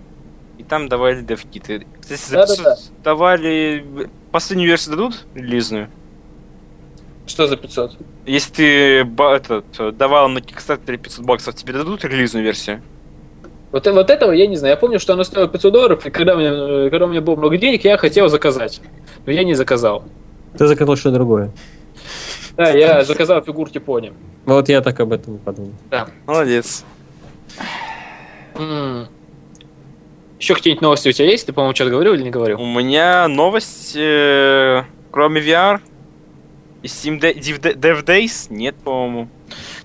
Speaker 1: И там давали девкиты. Кстати, за
Speaker 5: Да-да-да.
Speaker 1: 500 давали... э, Последнюю версию дадут? Релизную?
Speaker 5: Что за 500?
Speaker 1: Если ты ба- этот, э, давал на Kickstarter 500 баксов, тебе дадут релизную версию?
Speaker 5: Вот, э- вот этого я не знаю. Я помню, что оно стоило 500 долларов, и когда у меня, э, когда у меня было много денег, я хотел заказать. Но я не заказал.
Speaker 4: Ты заказал что-то другое.
Speaker 5: Да, я заказал фигурки пони.
Speaker 4: Вот я так об этом и подумал.
Speaker 1: Молодец.
Speaker 3: Еще какие-нибудь новости у тебя есть? Ты, по-моему, что-то говорил или не говорил?
Speaker 1: У меня новость, э, кроме VR и Steam Day- Div- Dev Days, нет, по-моему.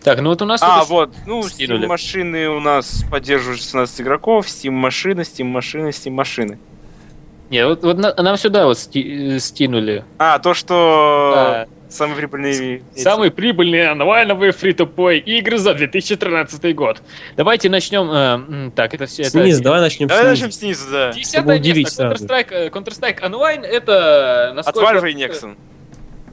Speaker 3: Так, ну вот у нас...
Speaker 1: А,
Speaker 3: тут-
Speaker 1: вот, ну,
Speaker 3: скинули.
Speaker 1: Steam машины у нас поддерживают 16 игроков, Steam машины, Steam машины, Steam машины.
Speaker 3: Не, вот, вот на- нам сюда вот сти- э, стянули.
Speaker 1: А, то, что
Speaker 3: А,
Speaker 1: самые прибыльные... эти-
Speaker 3: Самые прибыльные онлайновые фри игры за 2013 год. Давайте начнем... э, м, так, это все... это-
Speaker 4: Снизу, давай начнем
Speaker 1: Давай
Speaker 4: снизу.
Speaker 1: начнем снизу, да.
Speaker 4: Чтобы
Speaker 3: Десятое
Speaker 4: удивить
Speaker 3: место.
Speaker 4: сразу.
Speaker 3: Counter-Strike, э, Counter-Strike Online это...
Speaker 1: От
Speaker 3: насколько я
Speaker 1: Valve и
Speaker 3: помню,
Speaker 1: Nexon.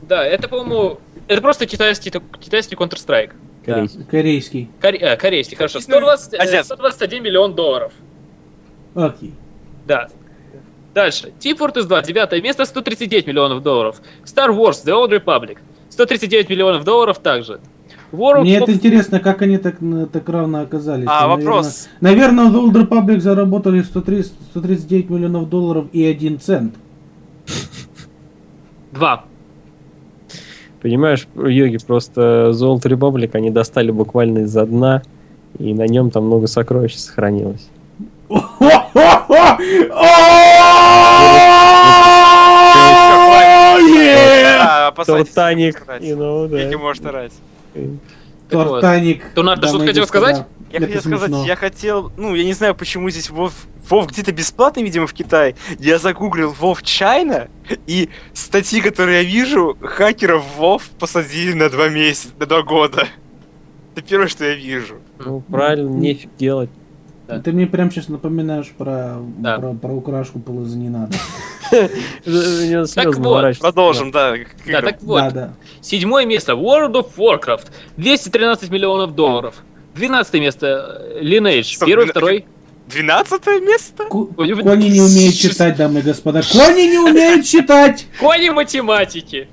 Speaker 3: Да, это, по-моему... Это просто китайский, китайский Counter-Strike.
Speaker 4: Корейский.
Speaker 2: Корейский.
Speaker 3: Коре- э, корейский, хорошо.
Speaker 1: Китайский, ну,
Speaker 3: 120, э,
Speaker 1: азиатский.
Speaker 3: 121 миллион долларов.
Speaker 2: Окей.
Speaker 3: Да. Дальше. Team Fortress 2, девятое место, 139 миллионов долларов. Star Wars, The Old Republic, 139 миллионов долларов также. World
Speaker 2: Мне
Speaker 3: of-
Speaker 2: это интересно, как они так, на- так равно оказались.
Speaker 1: А,
Speaker 2: Наверно-
Speaker 1: вопрос.
Speaker 2: Наверное, The Old Republic заработали 130, 139 миллионов долларов и один цент.
Speaker 3: 2.
Speaker 4: Понимаешь, йоги, просто золото Репаблик они достали буквально из-за дна, и на нем там много сокровищ сохранилось.
Speaker 1: А, опасайтесь,
Speaker 4: Тортаник.
Speaker 1: сказать.
Speaker 4: и ну, да. Ну,
Speaker 1: Вики может орать.
Speaker 3: Так вот.
Speaker 2: Тортаник.
Speaker 3: Тонар, ты
Speaker 2: дамы
Speaker 3: что-то
Speaker 2: и
Speaker 3: хотел
Speaker 2: господа.
Speaker 3: сказать?
Speaker 1: Я
Speaker 2: Это
Speaker 1: хотел сказать,
Speaker 2: смешно.
Speaker 1: я хотел, ну, я не знаю, почему здесь Вов, Вов где-то бесплатно, видимо, в Китае. Я загуглил Вов Чайна, и статьи, которые я вижу, хакеров Вов посадили на два месяца, на два года. Это первое, что я вижу.
Speaker 4: Ну, правильно, нефиг делать.
Speaker 3: Да.
Speaker 2: Ты мне прям сейчас напоминаешь про,
Speaker 3: Да.
Speaker 2: про, про украшку полоза не надо.
Speaker 4: Мне слезы
Speaker 3: вот,
Speaker 4: наворачиваются.
Speaker 1: Продолжим, да. к
Speaker 3: Да,
Speaker 1: играм.
Speaker 3: так вот.
Speaker 2: Да, да.
Speaker 3: Седьмое место World of Warcraft, 213 миллионов долларов. Двенадцатое место э, Lineage,
Speaker 1: Стоп,
Speaker 3: первый,
Speaker 1: блин,
Speaker 3: второй.
Speaker 1: Двенадцатое место?
Speaker 2: Ку-
Speaker 3: Ой, блин,
Speaker 2: Кони не умеют
Speaker 3: шест-
Speaker 2: читать, дамы и господа. Кони не умеют читать!
Speaker 3: Кони математики.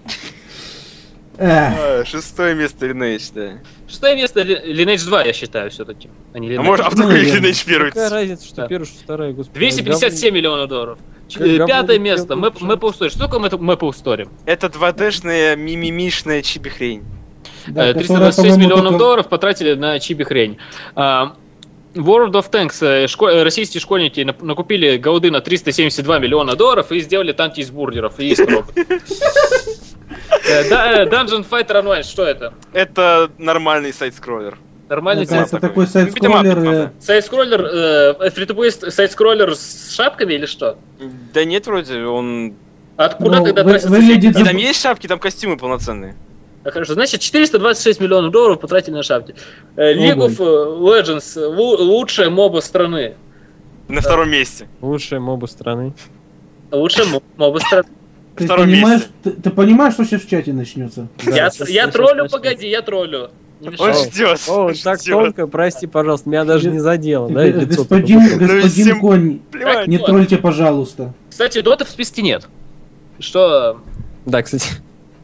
Speaker 2: Эх,
Speaker 1: Э, А, шестое место Lineage, да.
Speaker 3: Шестое место Li- Lineage 2, я считаю, все-таки. А не
Speaker 1: А
Speaker 3: Lineage.
Speaker 1: может, а вдруг
Speaker 2: Блин.
Speaker 1: Lineage первый?
Speaker 4: Какая разница, что
Speaker 3: Да.
Speaker 4: первая, что вторая, господи.
Speaker 3: 257 миллионов долларов. Ч-
Speaker 4: Как говно,
Speaker 3: э, Пятое
Speaker 4: как
Speaker 3: место.
Speaker 4: говно,
Speaker 3: Map Map of Story. Что такое Map Map of Story?
Speaker 1: Это 2D-шная мимимишная чиби-хрень.
Speaker 2: Да,
Speaker 3: Э,
Speaker 2: которая,
Speaker 3: 326
Speaker 2: по-моему,
Speaker 3: миллионов
Speaker 2: только-
Speaker 3: долларов потратили на чиби хрень. А, World of Tanks. э, шко- э, Российские школьники нап- накупили голды на 372 миллиона долларов и сделали танки из бургеров и из коробок. Э, да, э, Dungeon Fighter Online, что это?
Speaker 1: Это нормальный сайт-скроллер.
Speaker 2: Мне
Speaker 3: Нормальный сайт?
Speaker 2: кажется,
Speaker 1: такой.
Speaker 2: такой сайт-скроллер,
Speaker 1: Ну,
Speaker 2: э,
Speaker 3: Сайт-скроллер, э, free-to-play с- сайт-скроллер с шапками или что? А
Speaker 1: Да нет, вроде, он...
Speaker 2: ну,
Speaker 3: Откуда тогда
Speaker 2: вы-
Speaker 3: тратятся
Speaker 2: выглядит...
Speaker 3: деньги?
Speaker 4: Ну,
Speaker 1: И там есть шапки, там костюмы полноценные.
Speaker 3: Да, А, Хорошо, значит, 426 миллионов долларов потратили на шапки. Э,
Speaker 4: Ну,
Speaker 3: League of э, Legends э, лу- лучшая моба страны.
Speaker 1: На втором месте.
Speaker 4: Лучшие мобы страны.
Speaker 3: Лучшая мо- моба страны.
Speaker 2: Ты
Speaker 1: втором
Speaker 2: понимаешь,
Speaker 1: месте.
Speaker 2: ты, ты понимаешь, что сейчас в чате начнется?
Speaker 4: Да,
Speaker 3: я
Speaker 4: сейчас-
Speaker 3: я
Speaker 4: сейчас
Speaker 3: троллю,
Speaker 4: начнется.
Speaker 3: погоди, я троллю. Не
Speaker 1: Он
Speaker 3: мешай.
Speaker 4: О,
Speaker 1: ждет.
Speaker 4: О,
Speaker 1: он
Speaker 4: так
Speaker 1: ждет.
Speaker 4: тонко, прости, пожалуйста, меня даже не задело, Ну, да, и
Speaker 2: Г-
Speaker 4: лицо
Speaker 2: Э, господин
Speaker 4: только было.
Speaker 1: Ну и
Speaker 2: господин
Speaker 1: всем-
Speaker 2: Конь,
Speaker 1: Плевать.
Speaker 2: не
Speaker 3: вот.
Speaker 2: тролльте, пожалуйста.
Speaker 3: Кстати, дотов в списке нет. Что?
Speaker 4: Да, кстати,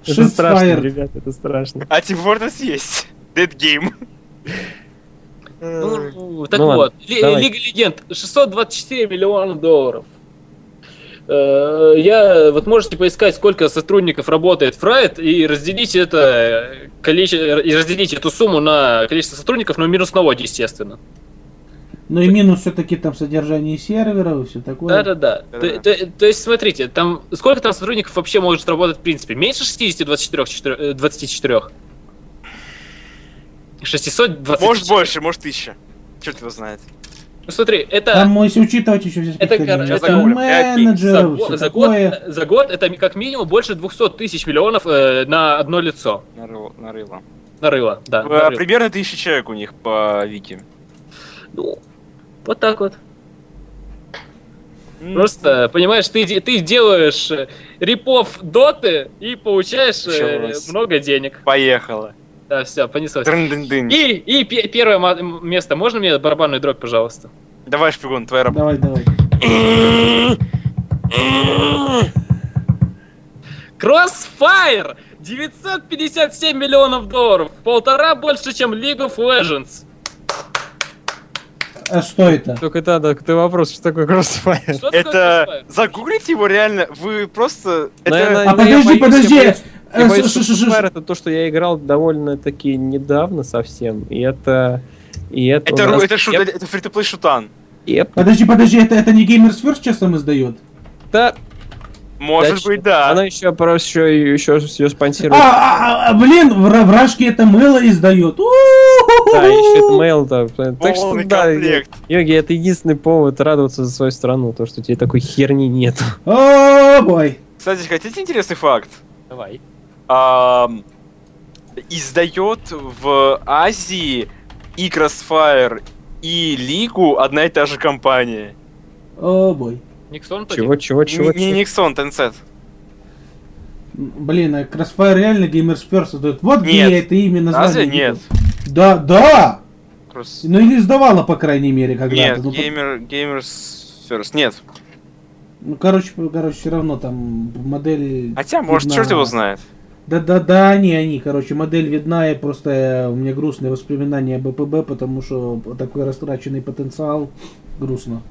Speaker 4: это
Speaker 2: Shots
Speaker 4: страшно,
Speaker 2: fired.
Speaker 4: ребят, это страшно.
Speaker 1: А Team Fortress есть. Dead Game.
Speaker 3: Ну, так
Speaker 4: ну ладно,
Speaker 3: вот. Ли-
Speaker 4: давай.
Speaker 3: Лига Легенд. 624 миллиона долларов. Э, Я вот можете поискать, сколько сотрудников работает в Riot и разделите это количество и разделите эту сумму на количество сотрудников, но минус налоги, естественно.
Speaker 2: Ну и минус все-таки там содержание серверов и все такое.
Speaker 3: Да-да-да.
Speaker 1: Да-да.
Speaker 3: То, то- то есть, смотрите, там сколько там сотрудников вообще может работать, в принципе? Меньше 60 24, четыре- э, 24? 620.
Speaker 1: Может больше, может тысяча. Черт его знает.
Speaker 3: Ну, смотри, это...
Speaker 2: Там, ну, если учитывать еще все
Speaker 3: Это,
Speaker 2: спектакли,
Speaker 3: короче,
Speaker 2: это
Speaker 1: загуглим.
Speaker 3: За,
Speaker 2: менеджеров,
Speaker 3: го-
Speaker 2: все
Speaker 3: за год, э,
Speaker 2: такое.
Speaker 3: за год это как минимум больше 200 тысяч миллионов э, на одно лицо.
Speaker 1: Нарыло. нарыло.
Speaker 3: Нарыло, да.
Speaker 1: Э,
Speaker 3: нарыло.
Speaker 1: Примерно тысяча человек у них по вики.
Speaker 3: Ну, вот так вот. Просто, понимаешь, ты, де- ты делаешь э, рипов доты и получаешь э,
Speaker 1: Началось.
Speaker 3: много денег.
Speaker 1: Поехала.
Speaker 3: Да, все, понеслось.
Speaker 1: Трын-дын-дын.
Speaker 3: И, и пе- первое ма- м- место. Можно мне барабанную дробь, пожалуйста?
Speaker 1: Давай, шпигун, твоя работа.
Speaker 2: Давай, давай.
Speaker 3: Crossfire! 957 миллионов долларов. В Полтора больше, чем League of Legends.
Speaker 2: А что это?
Speaker 4: Только да, да, ты вопрос, что такое Crossfire?
Speaker 3: Что такое
Speaker 1: Это...
Speaker 3: Crossfire?
Speaker 1: Загуглите его реально, вы просто... Это...
Speaker 4: Наверное,
Speaker 2: А
Speaker 4: ну, я
Speaker 2: подожди,
Speaker 4: боюсь, я
Speaker 2: подожди!
Speaker 4: боюсь.
Speaker 2: Э,
Speaker 4: Я боюсь,
Speaker 2: ш-
Speaker 4: что
Speaker 2: ш- ш- ш-
Speaker 4: Crossfire это то, что я играл довольно-таки недавно совсем, и это... И это...
Speaker 1: Это,
Speaker 4: у
Speaker 1: ру-
Speaker 4: нас-
Speaker 1: это, шут,
Speaker 4: Еп,
Speaker 1: это фри-то-плей шутан.
Speaker 4: еп,
Speaker 2: Подожди, подожди, это, это не Gamers First сейчас нам издает?
Speaker 4: да,
Speaker 1: Может
Speaker 4: точно.
Speaker 1: быть, да.
Speaker 4: Она еще, еще, еще ее спонсирует.
Speaker 2: А, а, а, блин, вра- вражки это мыло издает. У-ху-ху-ху.
Speaker 4: Да, еще это mail, да. Так что,
Speaker 1: Полный
Speaker 4: да,
Speaker 1: комплект.
Speaker 4: Йоги, это единственный повод радоваться за свою страну, то, что тебе такой херни нет.
Speaker 2: О, бой.
Speaker 1: Кстати, хотите интересный факт?
Speaker 3: Давай.
Speaker 1: Ам, издает в Азии и Crossfire, и Лигу одна и та же компания.
Speaker 2: О, бой.
Speaker 3: Никсон
Speaker 4: Чего, чего, чего?
Speaker 1: Не
Speaker 4: чего?
Speaker 1: не Nixon, Tencent.
Speaker 2: Блин, а Crossfire реально Gamers First издает. Вот
Speaker 1: Нет.
Speaker 2: где я это имя название.
Speaker 1: Разве нет?
Speaker 2: Да, да!
Speaker 1: Кросс-
Speaker 2: Ну или издавала, по крайней мере,
Speaker 1: Нет,
Speaker 2: когда-то. Ну, по-
Speaker 1: геймер, Gamers First. Нет.
Speaker 2: ну, короче, по- короче, все равно там модель...
Speaker 1: Хотя, может,
Speaker 2: видна.
Speaker 1: черт его знает.
Speaker 2: Да-да-да, они, они, короче, модель видна, и просто э, у меня грустные воспоминания об БПБ, потому что такой растраченный потенциал грустно.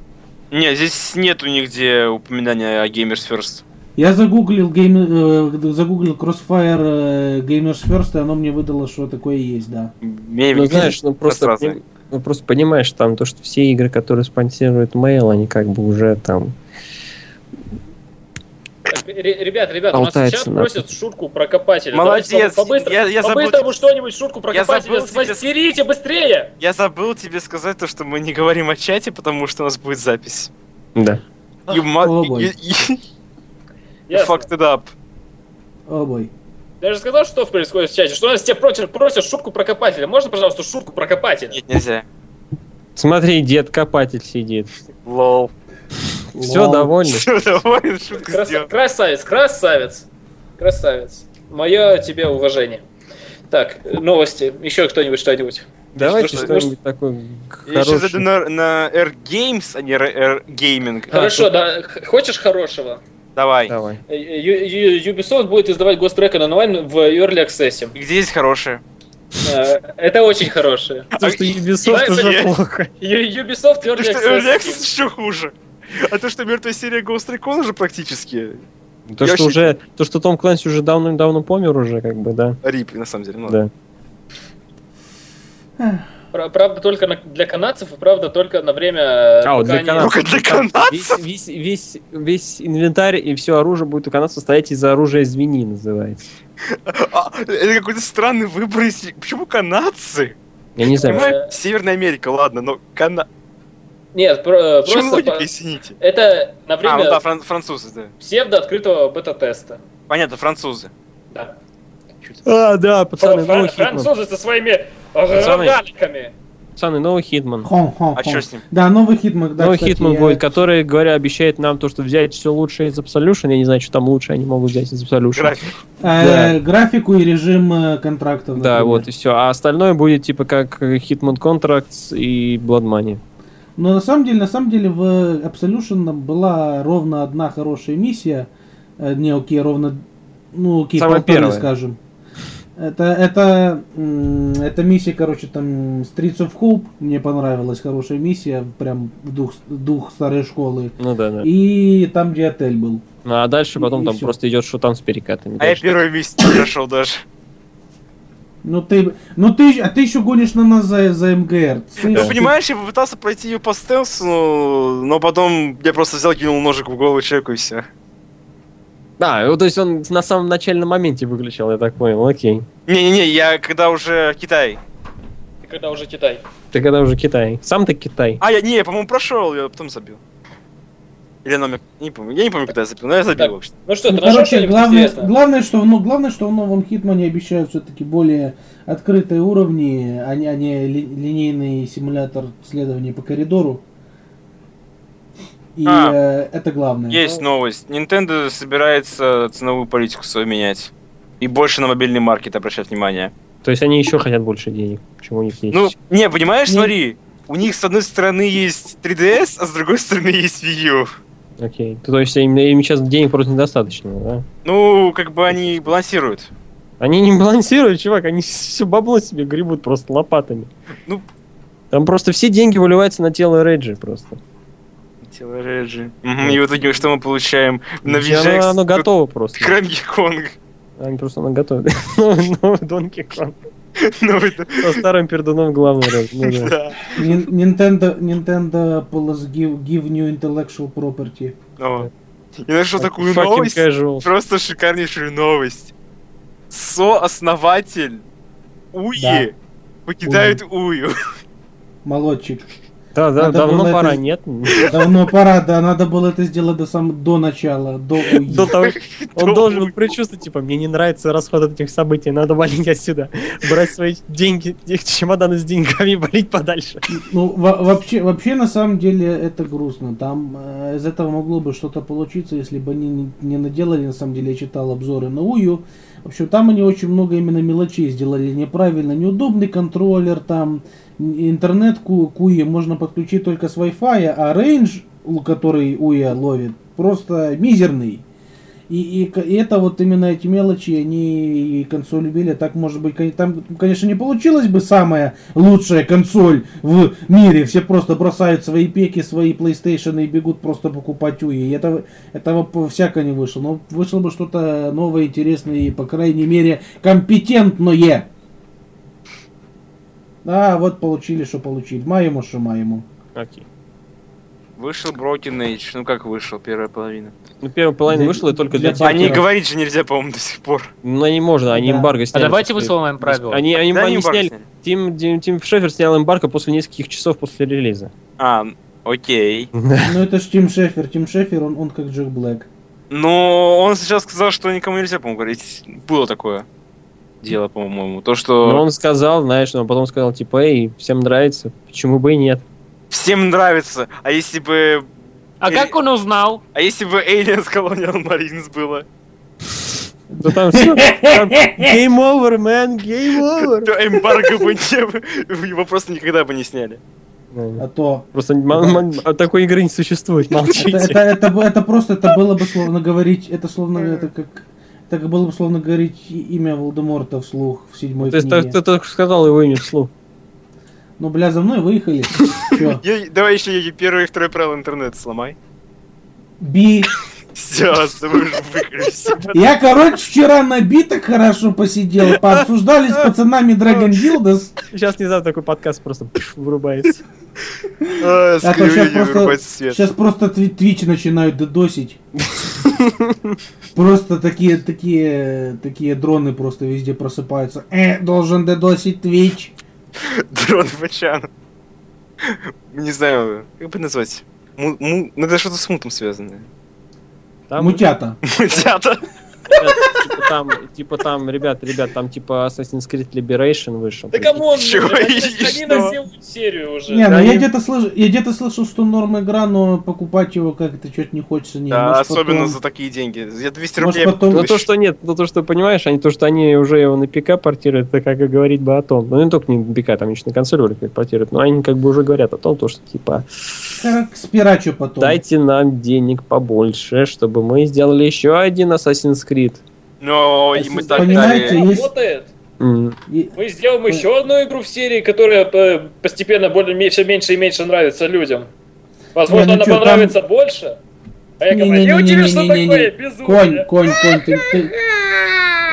Speaker 1: Нет, здесь нету нигде упоминания о Gamers First.
Speaker 2: Я загуглил, гейм, э, загуглил Crossfire э, Gamers First, и оно мне выдало, что такое есть, да.
Speaker 1: Мне-
Speaker 4: Ну, знаешь, ну просто,
Speaker 1: Раз разные.
Speaker 4: ну просто понимаешь там то, что все игры, которые спонсируют Mail, они как бы уже там...
Speaker 5: Э, Ребят, ребят,
Speaker 4: у нас Болтается, чат да.
Speaker 5: просят шутку про копателя.
Speaker 1: Молодец, Давайте по-быстрому- я- я забыл. по-быстрому
Speaker 5: что-нибудь шутку про
Speaker 1: Я копателя забыл тебе-
Speaker 5: быстрее!
Speaker 1: Я забыл тебе сказать то, что мы не говорим о чате, потому что у нас будет запись.
Speaker 4: Да.
Speaker 1: You
Speaker 2: О,
Speaker 1: mu-
Speaker 2: бой.
Speaker 1: you- you- you fucked it up.
Speaker 2: О, бой.
Speaker 5: Я же сказал, что происходит в чате, что у нас тебя просят, просят шутку про копателя. Можно, пожалуйста, шутку про копателя?
Speaker 1: Нет, нельзя.
Speaker 4: Смотри, дед-копатель сидит.
Speaker 1: Лол.
Speaker 4: Все
Speaker 2: Лол.
Speaker 4: довольно.
Speaker 1: Все, доволен, шутка
Speaker 5: Краса-
Speaker 1: сделана.
Speaker 5: Красавец, красавец, красавец. Мое тебе уважение. Так, э, новости. Еще кто-нибудь что-нибудь?
Speaker 4: Давайте
Speaker 5: что-
Speaker 4: что-нибудь такое
Speaker 1: Я сейчас зайду
Speaker 4: хорошее.
Speaker 1: на, на Air Games, а не Air Gaming.
Speaker 5: Хорошо, да. х- Хочешь хорошего?
Speaker 1: Давай.
Speaker 4: Давай.
Speaker 5: Э, э, Ю- Ю- Ubisoft будет издавать Ghost Recon Online в Early Access.
Speaker 1: И Где есть хорошие?
Speaker 5: Э, Это очень хорошее.
Speaker 4: Потому А что Ubisoft
Speaker 5: знаете,
Speaker 4: уже
Speaker 1: А я-
Speaker 4: плохо.
Speaker 5: Ю- Ubisoft
Speaker 1: То,
Speaker 5: Early
Speaker 1: что
Speaker 5: Access.
Speaker 1: Lexus еще хуже. А то, что мертвая серия Ghost Recon уже практически
Speaker 4: То,
Speaker 1: Я очень-
Speaker 4: что уже, то, что Том Кланси уже давным-давно помер уже, как бы, да.
Speaker 1: рип, на самом деле. Ну,
Speaker 4: Да.
Speaker 5: Пра- Правда, только на- для канадцев, и правда, только на время... э,
Speaker 4: А, вот для
Speaker 5: пока они-
Speaker 4: канадцев.
Speaker 1: Только для
Speaker 4: Там
Speaker 1: канадцев?
Speaker 4: Весь, весь, весь, весь инвентарь и все оружие будет у канадцев состоять из оружия звени, называется.
Speaker 1: А, это какой-то странный выбор. если- Почему канадцы?
Speaker 4: Я не знаю.
Speaker 1: Понимаю, Северная Америка, ладно, но кана...
Speaker 5: Нет, про- э,
Speaker 1: В чем
Speaker 5: просто...
Speaker 1: логика,
Speaker 5: по-
Speaker 1: извините?
Speaker 5: Это на
Speaker 1: А, ну да,
Speaker 5: время
Speaker 1: фран- французы, да.
Speaker 5: псевдо-открытого бета-теста.
Speaker 1: Понятно, французы.
Speaker 5: Да.
Speaker 4: А, да, пацаны,
Speaker 5: Фран-
Speaker 2: ну.
Speaker 4: новый Хитман.
Speaker 5: Французы со своими э,
Speaker 4: Пацаны.
Speaker 5: рогаликами.
Speaker 4: Пацаны, новый Хитман.
Speaker 2: Хон, хон,
Speaker 1: А
Speaker 2: хон.
Speaker 1: чё с ним?
Speaker 2: Да, новый Хитман, да,
Speaker 4: новый
Speaker 2: кстати,
Speaker 4: Хитман
Speaker 2: я-
Speaker 4: будет, который, говоря, обещает нам то, что взять все лучшее из Absolution. Я не знаю, что там лучше они могут взять из Absolution.
Speaker 1: График.
Speaker 2: Э, Графику и режим э, контрактов.
Speaker 4: Да,
Speaker 2: например.
Speaker 4: вот и все. А остальное будет типа как э, Hitman Contracts и Blood Money.
Speaker 2: Но на самом деле, на самом деле в Absolution была ровно одна хорошая миссия. Э, Не, окей, ровно, ну, окей,
Speaker 4: Самая
Speaker 2: полторы,
Speaker 4: первая.
Speaker 2: скажем. Это, это, м, это миссия, короче, там Streets of Hope. Мне понравилась хорошая миссия, прям в дух, дух старой школы.
Speaker 4: Ну да, да.
Speaker 2: И там, где отель был.
Speaker 4: Ну, а дальше потом
Speaker 2: и
Speaker 4: там
Speaker 2: всё.
Speaker 4: просто идет шутан с перекатами.
Speaker 1: А я
Speaker 4: дальше.
Speaker 1: первый месяц не прошел даже.
Speaker 2: Ну ты, ну ты, а ты еще гонишь на нас за, за МГР. Слышь,
Speaker 1: Ну,
Speaker 2: ты-
Speaker 1: понимаешь, я попытался пройти ее по стелсу, но, но потом я просто взял, кинул ножик в голову человеку и все.
Speaker 4: Да, ну, то есть он на самом начальном моменте выключил, я так понял, окей.
Speaker 1: Не-не-не, я когда уже Китай.
Speaker 5: И когда уже Китай.
Speaker 4: Ты когда уже Китай? Сам-то Китай.
Speaker 1: А, я не, я, по-моему, прошел, я потом забил. Или номер. Не помню. Я не помню, когда я забил, но я забил,
Speaker 5: Так.
Speaker 1: в общем.
Speaker 5: Ну что,
Speaker 2: Ну,
Speaker 5: ты нашел
Speaker 2: короче,
Speaker 5: что-нибудь
Speaker 2: главное,
Speaker 5: интересное?
Speaker 2: главное, что, ну, главное, что в новом Хитмане обещают все-таки более открытые уровни, а не, а не ли- линейный симулятор следования по коридору. И
Speaker 1: А.
Speaker 2: э, это главное.
Speaker 1: Есть новость. Nintendo собирается ценовую политику свою менять. И больше на мобильный маркет обращать внимание.
Speaker 4: То есть они еще хотят больше денег, чем у них есть.
Speaker 1: Ну, не, понимаешь,
Speaker 2: Не.
Speaker 1: смотри, у них с одной стороны есть 3DS, а с другой стороны есть Wii U.
Speaker 4: Окей. То, то есть им, им сейчас денег просто недостаточно, да?
Speaker 1: Ну, как бы они балансируют.
Speaker 4: Они не балансируют, чувак, они все бабло себе гребут просто лопатами.
Speaker 1: Ну.
Speaker 4: Там просто все деньги выливаются на тело Реджи просто.
Speaker 1: Тело Реджи. Мгм, И в итоге что мы получаем? На
Speaker 4: Всё
Speaker 1: VGX
Speaker 4: оно, оно готово просто.
Speaker 1: Кранги Конг.
Speaker 4: Они просто оно готовы. Новый новый Донки Конг.
Speaker 1: Ну, это-
Speaker 4: Со старым пердуном главный раз. Ну да.
Speaker 1: да.
Speaker 2: Нин- Nintendo, Nintendo plus give, give new intellectual property.
Speaker 1: О. Я нашел такую
Speaker 4: Fucking
Speaker 1: новость.
Speaker 4: casual.
Speaker 1: Просто шикарнейшую новость. Сооснователь Уи
Speaker 2: Да.
Speaker 1: покидает Ую.
Speaker 2: Молодчик.
Speaker 4: Да, да,
Speaker 2: Надо
Speaker 4: давно
Speaker 2: было
Speaker 4: пора,
Speaker 2: это-
Speaker 4: нет?
Speaker 2: Давно пора, да, надо было это сделать до, сам, до начала, до UI.
Speaker 4: До того-
Speaker 1: До
Speaker 4: он должен был
Speaker 1: уй.
Speaker 4: предчувствовать, типа, мне не нравится расход от этих событий, надо валить отсюда, брать свои деньги, их чемоданы с деньгами, и валить подальше.
Speaker 2: Ну, во- вообще, вообще, на самом деле, это грустно. Там э, из этого могло бы что-то получиться, если бы они не, не наделали, на самом деле, я читал обзоры на Ую. В общем, там они очень много именно мелочей сделали неправильно. Неудобный контроллер, там н- интернет ку куи можно подключить только с Wi-Fi, а рейндж, л- который Уя ловит, просто мизерный. И, и, к- и это вот именно эти мелочи, они и консоль любили. Так, может быть, кон- там, конечно, не получилось бы самая лучшая консоль в мире. Все просто бросают свои пеки, свои PlayStation и бегут просто покупать Уи. Этого, этого п- всяко не вышло. Но вышло бы что-то новое, интересное и, по крайней мере, компетентное. А, вот получили, что получили. Маему, что маему.
Speaker 4: Окей.
Speaker 1: Вышел Broken Age. Ну как вышел, первая половина.
Speaker 4: Ну, первая половина
Speaker 2: Для-
Speaker 4: вышла, и только для
Speaker 2: для
Speaker 4: тех,
Speaker 2: Они
Speaker 1: Они
Speaker 2: Окей.
Speaker 4: кто-
Speaker 1: говорить же нельзя, по-моему, до сих пор.
Speaker 4: Ну, они можно, они
Speaker 2: Да.
Speaker 4: эмбарго
Speaker 3: А
Speaker 4: сняли.
Speaker 3: давайте
Speaker 4: после-
Speaker 3: высловим правила.
Speaker 4: Они, они,
Speaker 1: Да,
Speaker 4: они
Speaker 1: они
Speaker 4: сняли...
Speaker 1: барышни.
Speaker 4: Тим, Тим, Тим Шефер снял эмбарго после нескольких часов после релиза.
Speaker 1: А, окей.
Speaker 2: Ну это ж Тим Шефер. Тим Шефер, он, он как Джек Блэк.
Speaker 1: Но он сейчас сказал, что никому нельзя, по-моему, говорить. Было такое дело, по-моему. То, что
Speaker 4: Но он сказал, знаешь, но потом сказал, типа, эй, всем нравится, почему бы и нет.
Speaker 1: всем нравится. А если бы...
Speaker 3: А как он узнал?
Speaker 1: А если бы Aliens Colonial Marines было?
Speaker 4: Ну там все, там game over, man, game over.
Speaker 1: То эмбарго бы не было. Его просто никогда бы не сняли.
Speaker 4: Да.
Speaker 2: А то...
Speaker 4: Просто ман- ман- а такой игры не существует,
Speaker 2: Это,
Speaker 4: молчите.
Speaker 2: это, это, бы- это просто, это было бы словно говорить, это словно это как Так было бы словно говорить и- имя Волдеморта вслух в седьмой
Speaker 4: Ты, ты-
Speaker 2: книге.
Speaker 4: ты только сказал его имя вслух.
Speaker 2: Ну, бля, за мной выехали. Чё?
Speaker 1: Я- Давай еще и первое и второе правило интернета сломай.
Speaker 2: Би.
Speaker 1: Все, с тобой уже выкрылись.
Speaker 2: Я, короче, вчера на Би так хорошо посидел. Пообсуждали с пацанами Dragon Builders.
Speaker 4: Сейчас не знаю, такой подкаст просто пш, вырубается.
Speaker 1: А,
Speaker 2: А то сейчас
Speaker 1: Скривление
Speaker 2: просто,
Speaker 1: вырубается свет.
Speaker 2: сейчас просто тви- Twitch начинают дедосить. Просто такие, такие, такие дроны просто везде просыпаются. Э, должен дедосить Twitch.
Speaker 1: Дрон Бачан. Не знаю, как бы назвать. Му- му- Надо что-то с мутом связанное.
Speaker 4: Там,
Speaker 2: Мутята.
Speaker 1: Мутята.
Speaker 4: типа, там, типа там, ребят, ребят, там типа Assassin's Creed Liberation вышел.
Speaker 5: Да камон,
Speaker 1: Чего
Speaker 5: блин,
Speaker 1: и
Speaker 5: они
Speaker 1: что?
Speaker 5: на всю серию уже.
Speaker 2: Не, ну
Speaker 4: да,
Speaker 2: я
Speaker 4: им-
Speaker 2: где-то слышал, я где-то слышал, что норм игра, но покупать его как-то что-то не хочется. Не,
Speaker 1: Да,
Speaker 2: Может,
Speaker 1: особенно
Speaker 2: потом-
Speaker 1: за такие деньги. Я 200
Speaker 2: Может,
Speaker 1: рублей.
Speaker 2: потом-
Speaker 4: Ну то, что нет, ну то, что понимаешь, они то, что они уже его на ПК портируют, это как и говорить бы о том. Ну не только не на ПК, там еще на консоль вроде как портируют, но они как бы уже говорят о том, то, что типа
Speaker 2: Как Спирачу потом.
Speaker 4: дайте нам денег побольше, чтобы мы сделали еще один Assassin's Creed.
Speaker 1: Но и мы так
Speaker 2: Понимаете,
Speaker 1: далее.
Speaker 2: есть-
Speaker 5: Работает.
Speaker 4: М.
Speaker 2: И-
Speaker 5: Мы сделаем
Speaker 2: Ой.
Speaker 5: еще одну игру в серии, которая э, постепенно более, все меньше и меньше нравится людям. Возможно,
Speaker 2: Не, ну
Speaker 5: она
Speaker 2: чё, там-
Speaker 5: понравится больше. А я говорю, я у тебя что
Speaker 2: Не-не-не-не-не-не-не.
Speaker 5: такое
Speaker 2: Конь,
Speaker 5: безумие?
Speaker 2: конь, конь, ты, ты-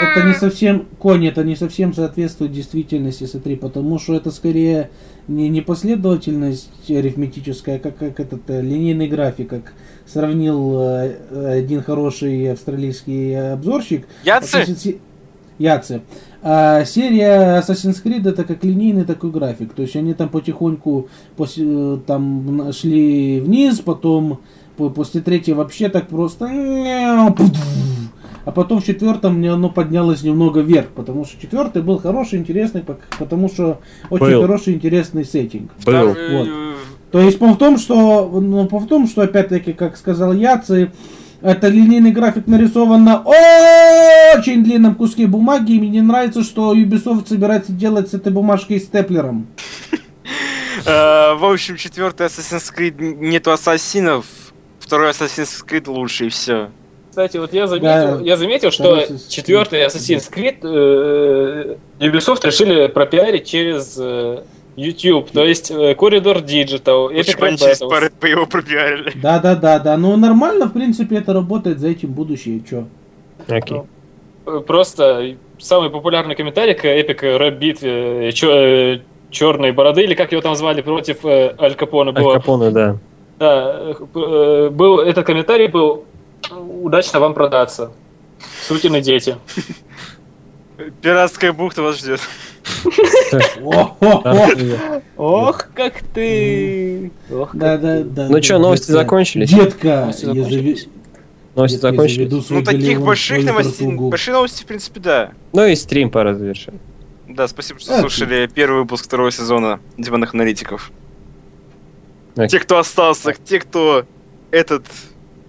Speaker 2: Это не совсем... Конь, это не совсем соответствует действительности, смотри, потому что это скорее не, не последовательность арифметическая, как, как этот э, линейный график, как сравнил э, э, один хороший австралийский обзорщик.
Speaker 1: Яцы!
Speaker 2: Относит се- Яцы. А серия Assassin's Creed это как линейный такой график. То есть они там потихоньку после, э, там на- шли вниз, потом по- после третьей вообще так просто... А потом в четвертом мне оно поднялось немного вверх, потому что четвертый был хороший, интересный, пок- потому что очень
Speaker 4: Был.
Speaker 2: хороший, интересный сеттинг.
Speaker 1: Там,
Speaker 4: Был.
Speaker 1: э,
Speaker 2: То есть по в том, что, ну, по в том, что опять-таки, как сказал Яци, это линейный график нарисован на очень длинном куске бумаги, и мне не нравится, что Ubisoft собирается делать с этой бумажкой степлером.
Speaker 1: э, В общем, четвертый Assassin's Creed нету ассасинов. Второй Assassin's Creed лучше и все.
Speaker 5: Кстати, вот я заметил,
Speaker 2: Да.
Speaker 5: я заметил
Speaker 2: Второй
Speaker 5: что
Speaker 2: Assassin's Creed.
Speaker 5: четвертый Assassin's Creed э, Ubisoft решили пропиарить через э, YouTube, то есть э, коридор Digital, Epic
Speaker 1: Почему
Speaker 5: Run
Speaker 1: они через
Speaker 5: Battles.
Speaker 1: пары по его пропиарили?
Speaker 2: Да-да-да-да, но нормально, в принципе, это работает, за этим будущее, чё.
Speaker 4: Окей.
Speaker 5: Э, Просто самый популярный комментарий к Epic Rap Beat э, чё- э, черной бороды, или как его там звали, против э, Аль Капона
Speaker 4: Аль
Speaker 5: было.
Speaker 4: Капоне, да.
Speaker 5: Да, э, э, был, этот комментарий был «Удачно вам продаться, сукины дети».
Speaker 1: Пиратская бухта вас ждет.
Speaker 2: О-хо-хо.
Speaker 4: Да.
Speaker 5: Ох, как ты! Ох,
Speaker 2: Да-да-да.
Speaker 4: Ну что, новости закончились?
Speaker 2: Детка,
Speaker 5: Новости
Speaker 2: я
Speaker 5: закончились?
Speaker 2: зави-
Speaker 4: Новости
Speaker 2: детка, я
Speaker 4: закончились.
Speaker 2: заведу свою
Speaker 1: Ну, таких
Speaker 2: голливудскую
Speaker 1: больших новостей...
Speaker 2: торсугу.
Speaker 1: Большие новости, в принципе, да.
Speaker 4: Ну и стрим пора завершать.
Speaker 1: Да, спасибо, что
Speaker 2: Отлично.
Speaker 1: слушали первый выпуск второго сезона «Диванных аналитиков».
Speaker 4: Окей.
Speaker 1: Те, кто остался, те, кто этот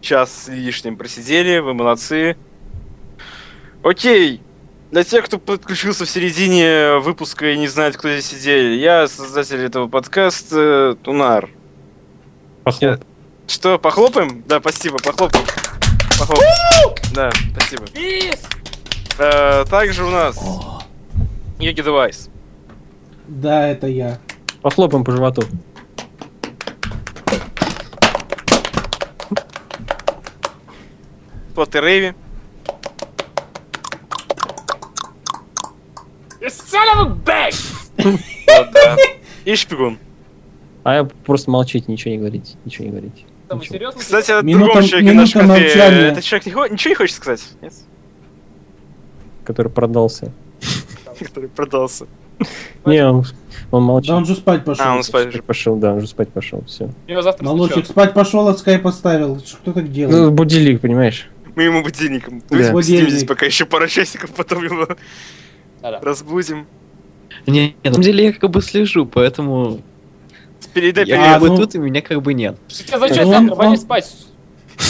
Speaker 1: час с лишним просидели, вы молодцы. Окей. Для тех, кто подключился в середине выпуска и не знает, кто здесь сидели, я создатель этого подкаста э, Тунар.
Speaker 4: Похлоп.
Speaker 1: Что, похлопаем? Да, спасибо, похлопаем. Похлопаем. Да, спасибо. Э, также у нас
Speaker 2: О,
Speaker 1: Йоги Девайс.
Speaker 2: Да, это я.
Speaker 4: Похлопаем по животу.
Speaker 1: Платы Рэйви. Вот, да. И шпигун.
Speaker 4: А я просто молчите, ничего не говорите. Ничего не говорите. Ничего.
Speaker 1: Кстати, о
Speaker 2: Минута-
Speaker 1: другом человеке
Speaker 2: минута
Speaker 1: наш кофе.
Speaker 2: молчания.
Speaker 1: Этот человек не хо- ничего не хочет сказать. Нет?
Speaker 4: Который продался.
Speaker 1: Который продался.
Speaker 4: Не, он, он молчит.
Speaker 2: Да он же спать пошел.
Speaker 1: А, он спать же.
Speaker 4: Спать пошел, да, он уже спать пошел, все.
Speaker 5: типа, завтра
Speaker 2: Молодчик спать пошел, а скайп оставил. Что кто так делает?
Speaker 4: Ну, будильник, понимаешь?
Speaker 1: Мы ему будильником.
Speaker 4: Да.
Speaker 1: Давайте постимитесь
Speaker 2: Будильник.
Speaker 1: пока еще пару часиков, потом его
Speaker 5: Да-да.
Speaker 1: разбудим.
Speaker 7: Не, не, на самом деле я как бы слежу, поэтому
Speaker 1: Передай
Speaker 7: я
Speaker 1: привет.
Speaker 7: как бы
Speaker 2: ну-
Speaker 7: тут и меня как бы нет.
Speaker 5: Слушайте, зачем
Speaker 2: Он-
Speaker 5: завтра?
Speaker 2: он-
Speaker 5: Пойди спать.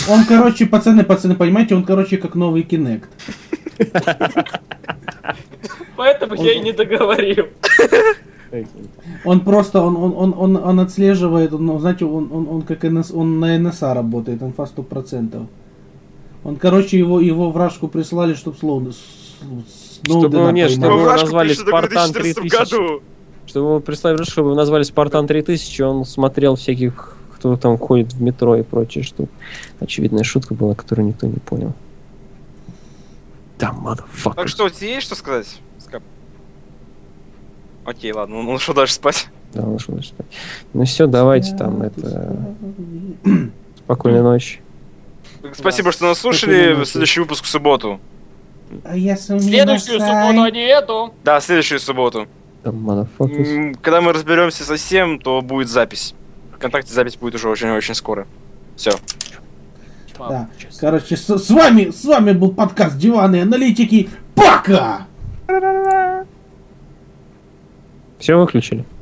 Speaker 2: Он, короче, пацаны, пацаны, понимаете, он, короче, как новый Kinect.
Speaker 5: Поэтому я и не договорил.
Speaker 2: Он просто, он, он, он, он, он ну, отслеживает, он, знаете, он, он, он как НС, он на НСА работает, инфа 100%. Он, короче, его, его вражку прислали, чтобы Слоуна...
Speaker 4: Чтобы, нет, чтобы-
Speaker 1: Его
Speaker 4: его
Speaker 1: вражку
Speaker 4: назвали
Speaker 1: пришли только в
Speaker 4: «Спартан
Speaker 1: 2014
Speaker 4: 3000».
Speaker 1: году.
Speaker 4: Чтобы его прислали, чтобы его назвали Спартан 3000, он смотрел всяких, кто там ходит в метро и прочее, что очевидная шутка была, которую никто не понял. Да, motherfucker.
Speaker 1: Так что, у тебя есть что сказать? Скап? Окей, ладно, ну что дальше спать?
Speaker 4: Да, ну что, значит, так. Ну все, давайте там это... Спокойной ночи.
Speaker 1: Спасибо, что нас слушали. Следующий выпуск в субботу.
Speaker 2: А я
Speaker 3: Следующую субботу, а не эту.
Speaker 1: Да, следующую субботу.
Speaker 4: Да, motherfuckers.
Speaker 1: М, Когда мы разберемся со всем, то будет запись. Вконтакте запись будет уже очень-очень скоро. Все.
Speaker 2: Да. Короче, с, с вами, с вами был подкаст Диванные аналитики. Пока!
Speaker 4: Все выключили?